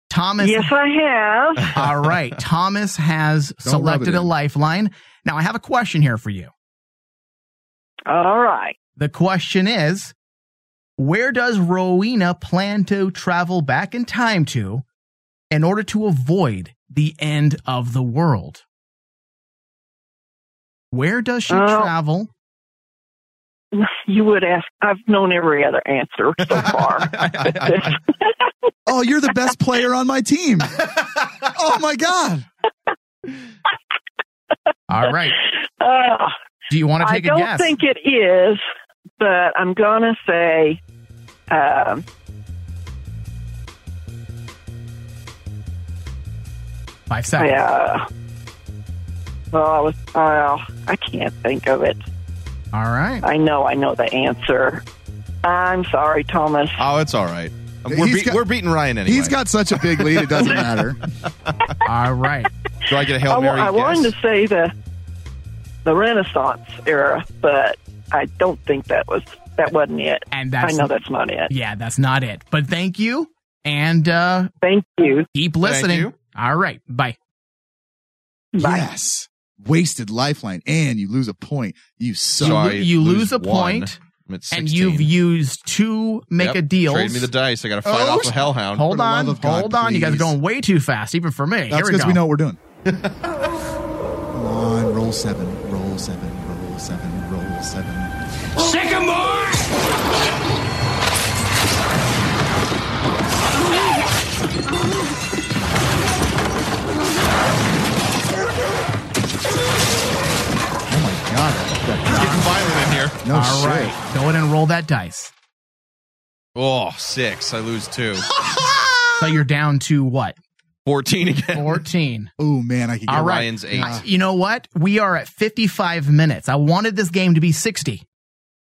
Thomas.
Yes, I have.
All right. Thomas has
Don't rub it
selected a
in.
lifeline. Now I have a question here for you.
All right.
The question is where does Rowena plan to travel back in time to in order to avoid the end of the world? Where does she
Oh.
travel?
You would ask. I've known every other answer so far.
Oh, you're the best player on my team. Oh my god.
All right.
Uh,
Do you want to
I
take a
don't
guess?
think it is, but I'm gonna say. Um,
Five seconds.
yeah. Well, I was. Uh, I can't think of it.
All right.
I know. I know the answer. I'm sorry, Thomas.
Oh, it's all right. Um, We're,
He's
beat-
got-
we're beating Ryan anyway.
He's got such a big lead, it doesn't matter.
All right.
Do I get a
I,
Hail
wa-
Mary?
I wanted
guess?
to say the the Renaissance era, but I don't think that was that wasn't it.
And that's-
I know that's not it.
Yeah, that's not it. But thank you. And uh
thank you.
Keep listening.
you.
All right. Bye.
Yes. Wasted lifeline, and you lose a point. You suck.
So you, you lose, a point, and you've used two make
Yep.
a deal.
Trade me the dice. I got to fight
Oh,
off a hellhound.
Hold on, hold on. You guys are going way too fast, even for me.
That's
Here we
because
go.
we know what we're doing. Come on, roll seven, roll seven, roll seven, roll seven.
Sycamore!
God, it's
getting violent in here.
All right, go ahead and roll that dice.
Oh, six. I lose two.
So you're down to what?
14 again.
14.
Oh, man, I could
get Ryan's eight.
Uh, You know what? We are at 55 minutes. I wanted this game to be 60.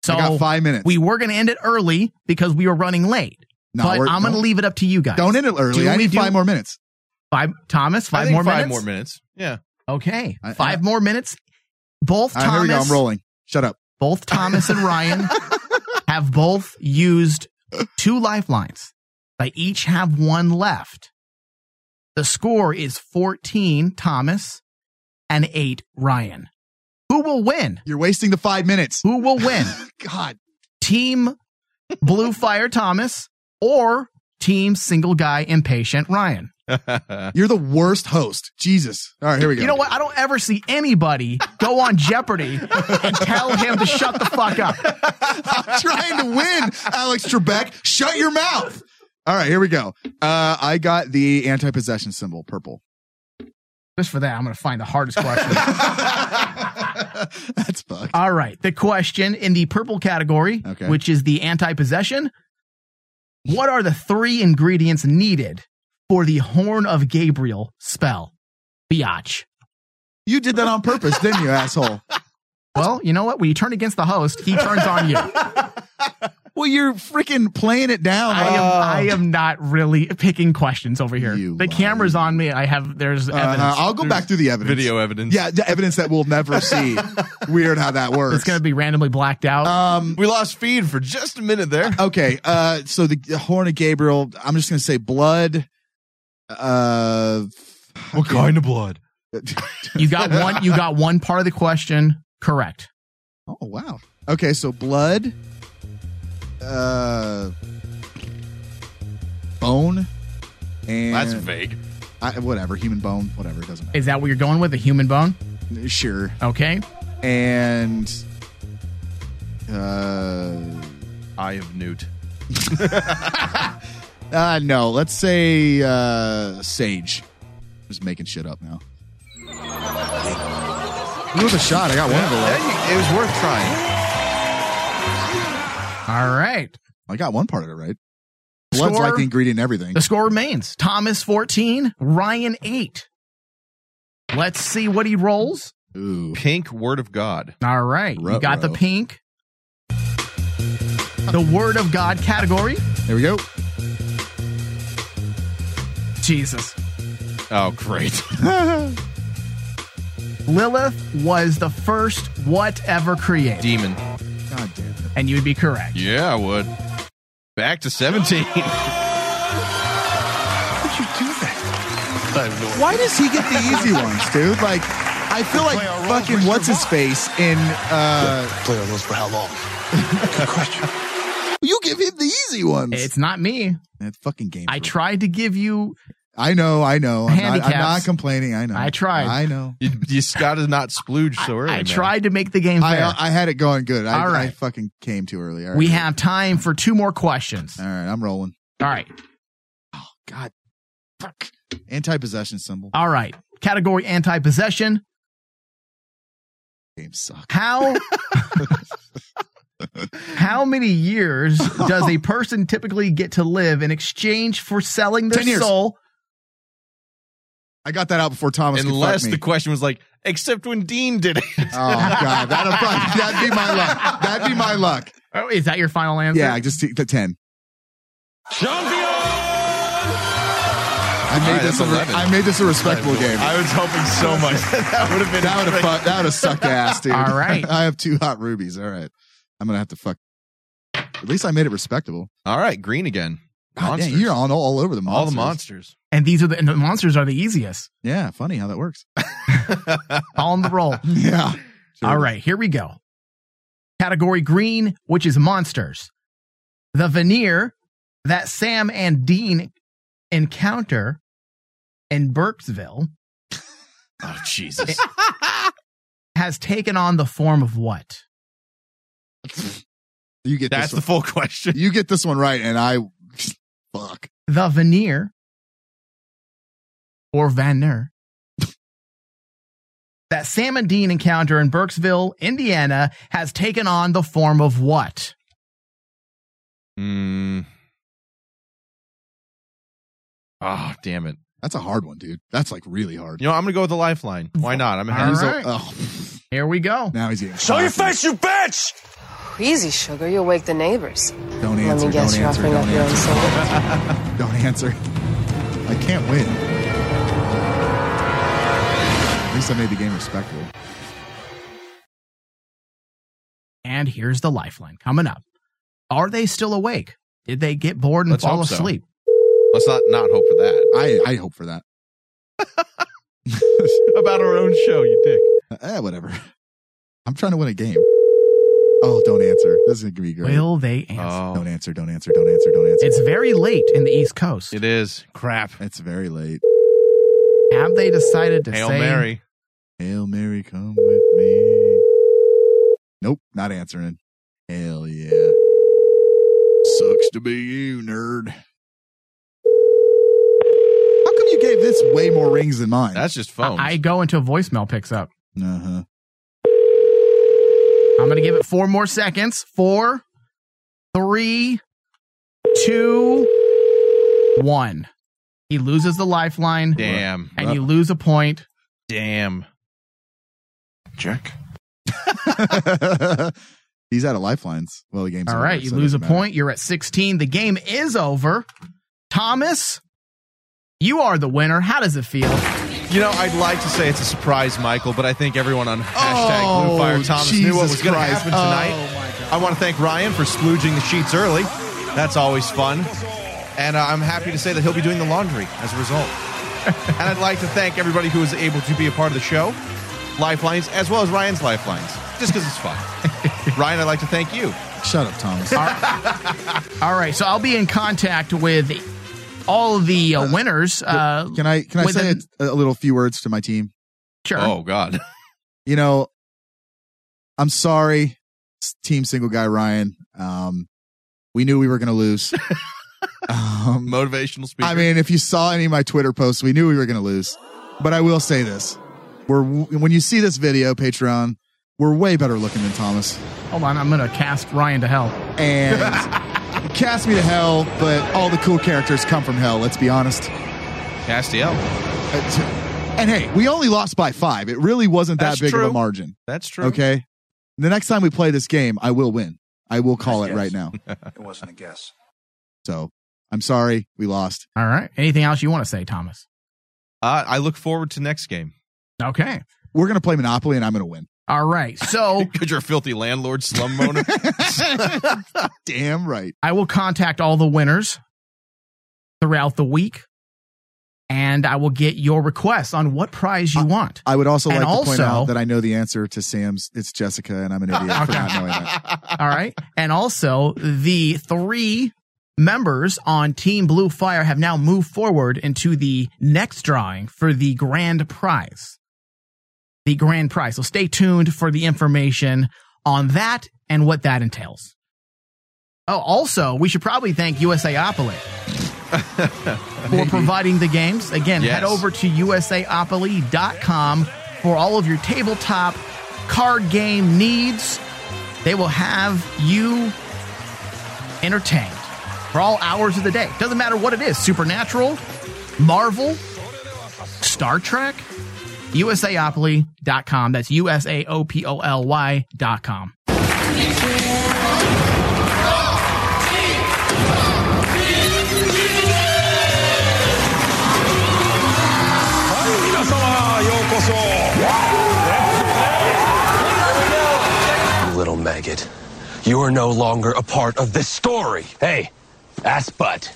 So
I got five minutes.
We were going to end it early because we were running late.
No,
but
we're-
I'm going to
don't-
leave it up to you guys.
Don't end it early.
Do
I
we
need
do-
five more minutes.
Five, Thomas,
I
five
think
more
five
minutes?
more minutes. Yeah.
Okay.
I-
five more minutes. Both
All
Thomas.
right, here we go. I'm rolling. Shut up.
Both Thomas and Ryan have both used two lifelines. They each have one left. The score is 14 Thomas and 8 Ryan. Who will win?
You're wasting the 5 minutes.
Who will win?
God.
Team Blue Fire Thomas or Team Single Guy Impatient Ryan?
You're the worst host. Jesus. All right, here we go.
You know what? I don't ever see anybody go on Jeopardy and tell him to shut the fuck up.
I'm trying to win, Alex Trebek. Shut your mouth. All right, here we go. Uh, I got the anti possession symbol, purple.
Just for that, I'm going to find the hardest question.
That's fucked.
All right. The question in the purple category,
Okay.
which is the anti possession. What are the three ingredients needed for the Horn of Gabriel spell? Biatch.
You did that on purpose, didn't you, asshole?
Well, you know what? When you turn against the host, he turns on you.
Well, you're freaking playing it down.
I am, I am not really picking questions over here. the camera's on me. I have there's
Uh,
evidence.
I'll go back through the evidence.
Video evidence.
Yeah, the evidence that we'll never see. Weird how that works.
It's gonna be randomly blacked out.
Um,
we lost feed for just a minute there.
Okay, uh, so the, the horn of Gabriel. I'm just gonna say blood. Uh, what
kind of blood?
You got
Uh-huh.
one. You got one part of the question correct.
Oh wow. Okay, so blood. Uh, bone. And
That's vague.
I, whatever, human bone, whatever. It doesn't matter.
Is that what you're going with? A human bone?
Sure.
Okay.
And uh
Eye of Newt.
uh no, let's say uh sage. Just making shit up now. It was a shot. I got one of
Yeah,
it.
you- it was worth trying.
All right.
I got one part of it right. Blood's
Score.
like the ingredient in everything.
The score remains Thomas 14, Ryan 8. Let's see what he rolls.
Ooh.
Pink word of God.
All right.
Ruh-roh.
You got the pink. The Word of God category.
There we go.
Jesus.
Oh, great.
Lilith was the first whatever created.
Demon.
God damn it.
And you would be correct.
Yeah, I would. Back to 17.
How'd you do that?
I have no idea.
Why does he get the easy ones, dude? Like, I feel like fucking what's his face in. uh
Play on those for how long?
You give him the easy ones.
It's not me.
That fucking game.
I tried to give you.
I know, I know. I'm not, I'm
Handicaps.
not complaining. I know.
I tried.
I know.
You, you got to not splooge so early.
I
man. uh,
tried to make the game fair.
I, I had it going good. I,
All
I
right.
fucking came too early. All right.
we have time for two more questions.
All right, I'm rolling.
All right.
God, fuck. Anti possession symbol.
All right. Category anti possession.
Games suck.
How How many years does a person typically get to live in exchange for selling their
10 years.
soul?
I got that out before Thomas. could fuck
Unless
me.
the question was like, except when Dean did it.
Oh God, that'll probably, that'd be my luck. That'd be my luck.
Oh, is that your final answer?
Yeah, just the, the ten. I
All
made
right,
this. A,
that's
re-
11.
I made this a respectable game.
I was hoping so much that, that would have been
that would have
great.
fu- that would have sucked ass, dude.
All right.
I have two hot rubies. All right, I'm gonna have to fuck. At least I made it respectable.
All right, green again.
God,
Monsters.
damn, you're on all, all over the monsters.
All the monsters.
And these are the, and the monsters are the easiest.
Yeah, funny how that works.
On the roll.
Yeah.
All right, here we go. Category green, which is monsters. The veneer that Sam and Dean encounter in Burkesville
Oh, Jesus.
has taken on the form of what?
You get
That's
this
the full question.
one. you get this one right, and I fuck.
The veneer or Vanner that Sam and Dean encounter in Burkesville, Indiana has taken on the form of what?
Mm. Oh, damn it.
That's a hard one, dude. That's like really hard.
You know, I'm going to go with the lifeline. Why not? I'm ahead.
All
He's a-
right.
oh,
Here we go.
now he's getting
Show your
cocky.
face, you bitch!
Crazy sugar, you'll wake the neighbors.
Don't
Let
answer.
me guess,
Don't
you're
answer.
offering
Don't
up your own
answer.
soul.
Don't answer. I can't win. At least I made the game respectable.
And here's the lifeline coming up. Are they still awake? Did they get bored and
Let's
fall
hope so.
asleep?
Let's not, not hope for that.
I I hope for that.
About our own show, you dick.
eh, whatever. I'm trying to win a game. Oh, don't answer. This is gonna be great.
Will they answer?
Oh,
don't answer. Don't answer. Don't answer. Don't answer.
It's very late in the East Coast.
it is. Crap.
It's very late.
Have they decided to
Hail
say
Mary.
Hail Mary, come with me. Nope, not answering. Hell yeah. Sucks to be you, nerd. How come you gave this way more rings than mine?
That's just phones.
I, I go until voicemail picks up?
uh huh.
I'm going to give it four more seconds. Four, three, two, one. He loses the lifeline
damn.
and you lose a point.
Damn.
Jack?
He's out of lifelines. Well, the game's
All
over,
right, you
so it
lose a
doesn't matter.
point. You're at 16. The game is over. Thomas, you are the winner. How does it feel?
You know, I'd like to say it's a surprise, Michael, but I think everyone on hashtag
Oh,
BlueFire Thomas knew what
Jesus
was going to
Christ.
happen
Oh,
tonight. I want to thank Ryan for splooging the sheets early. That's always fun. And uh, I'm happy to say that he'll be doing the laundry as a result. and I'd like to thank everybody who was able to be a part of the show, Lifelines, as well as Ryan's Lifelines, just because it's fun. Ryan, I'd like to thank you.
Shut up, Thomas.
All right, so I'll be in contact with all the uh, winners. Uh,
Can I can I say
within-
a, a little few words to my team?
Sure.
Oh God.
you know, I'm sorry, s- team single guy Ryan. Um, we knew we were going to lose. um,
Motivational speaker.
I mean, if you saw any of my Twitter posts, we knew we were going to lose. But I will say this: we're w- when you see this video, Patreon, we're way better looking than Thomas.
Hold on, I'm going to cast Ryan to hell.
And cast me to hell, but all the cool characters come from hell. Let's be honest.
Castiel.
It's- And hey, we only lost by five. It really wasn't that
That's
big of
true.
a margin.
That's true.
Okay. The next time we play this game, I will win. I will call it right now.
It wasn't a guess.
So I'm sorry we lost.
All right. Anything else you want to say, Thomas?
Uh, I look forward to next game.
Okay.
We're going to play Monopoly and I'm going to win.
All right. So
Because you're a filthy landlord, slum owner.
Damn right.
I will contact all the winners throughout the week and I will get your requests on what prize you want.
I would also
And
like to point
also- Oh,
out that I know the answer to Sam's. It's Jessica, and I'm an idiot for not knowing that.
All right. And also, the three members on Team Blue Fire have now moved forward into the next drawing for the grand prize. The grand prize. So stay tuned for the information on that and what that entails. Oh, also, we should probably thank USAopoly for providing the games. Again,
Yes.
head over to usaopoly.com for all of your tabletop card game needs. They will have you entertained for all hours of the day. Doesn't matter what it is supernatural, Marvel, Star Trek, usaopoly.com. That's U-S-A-O-P-O-L-Y dot com.
You little maggot. You are no longer a part of this story. Hey, ass butt.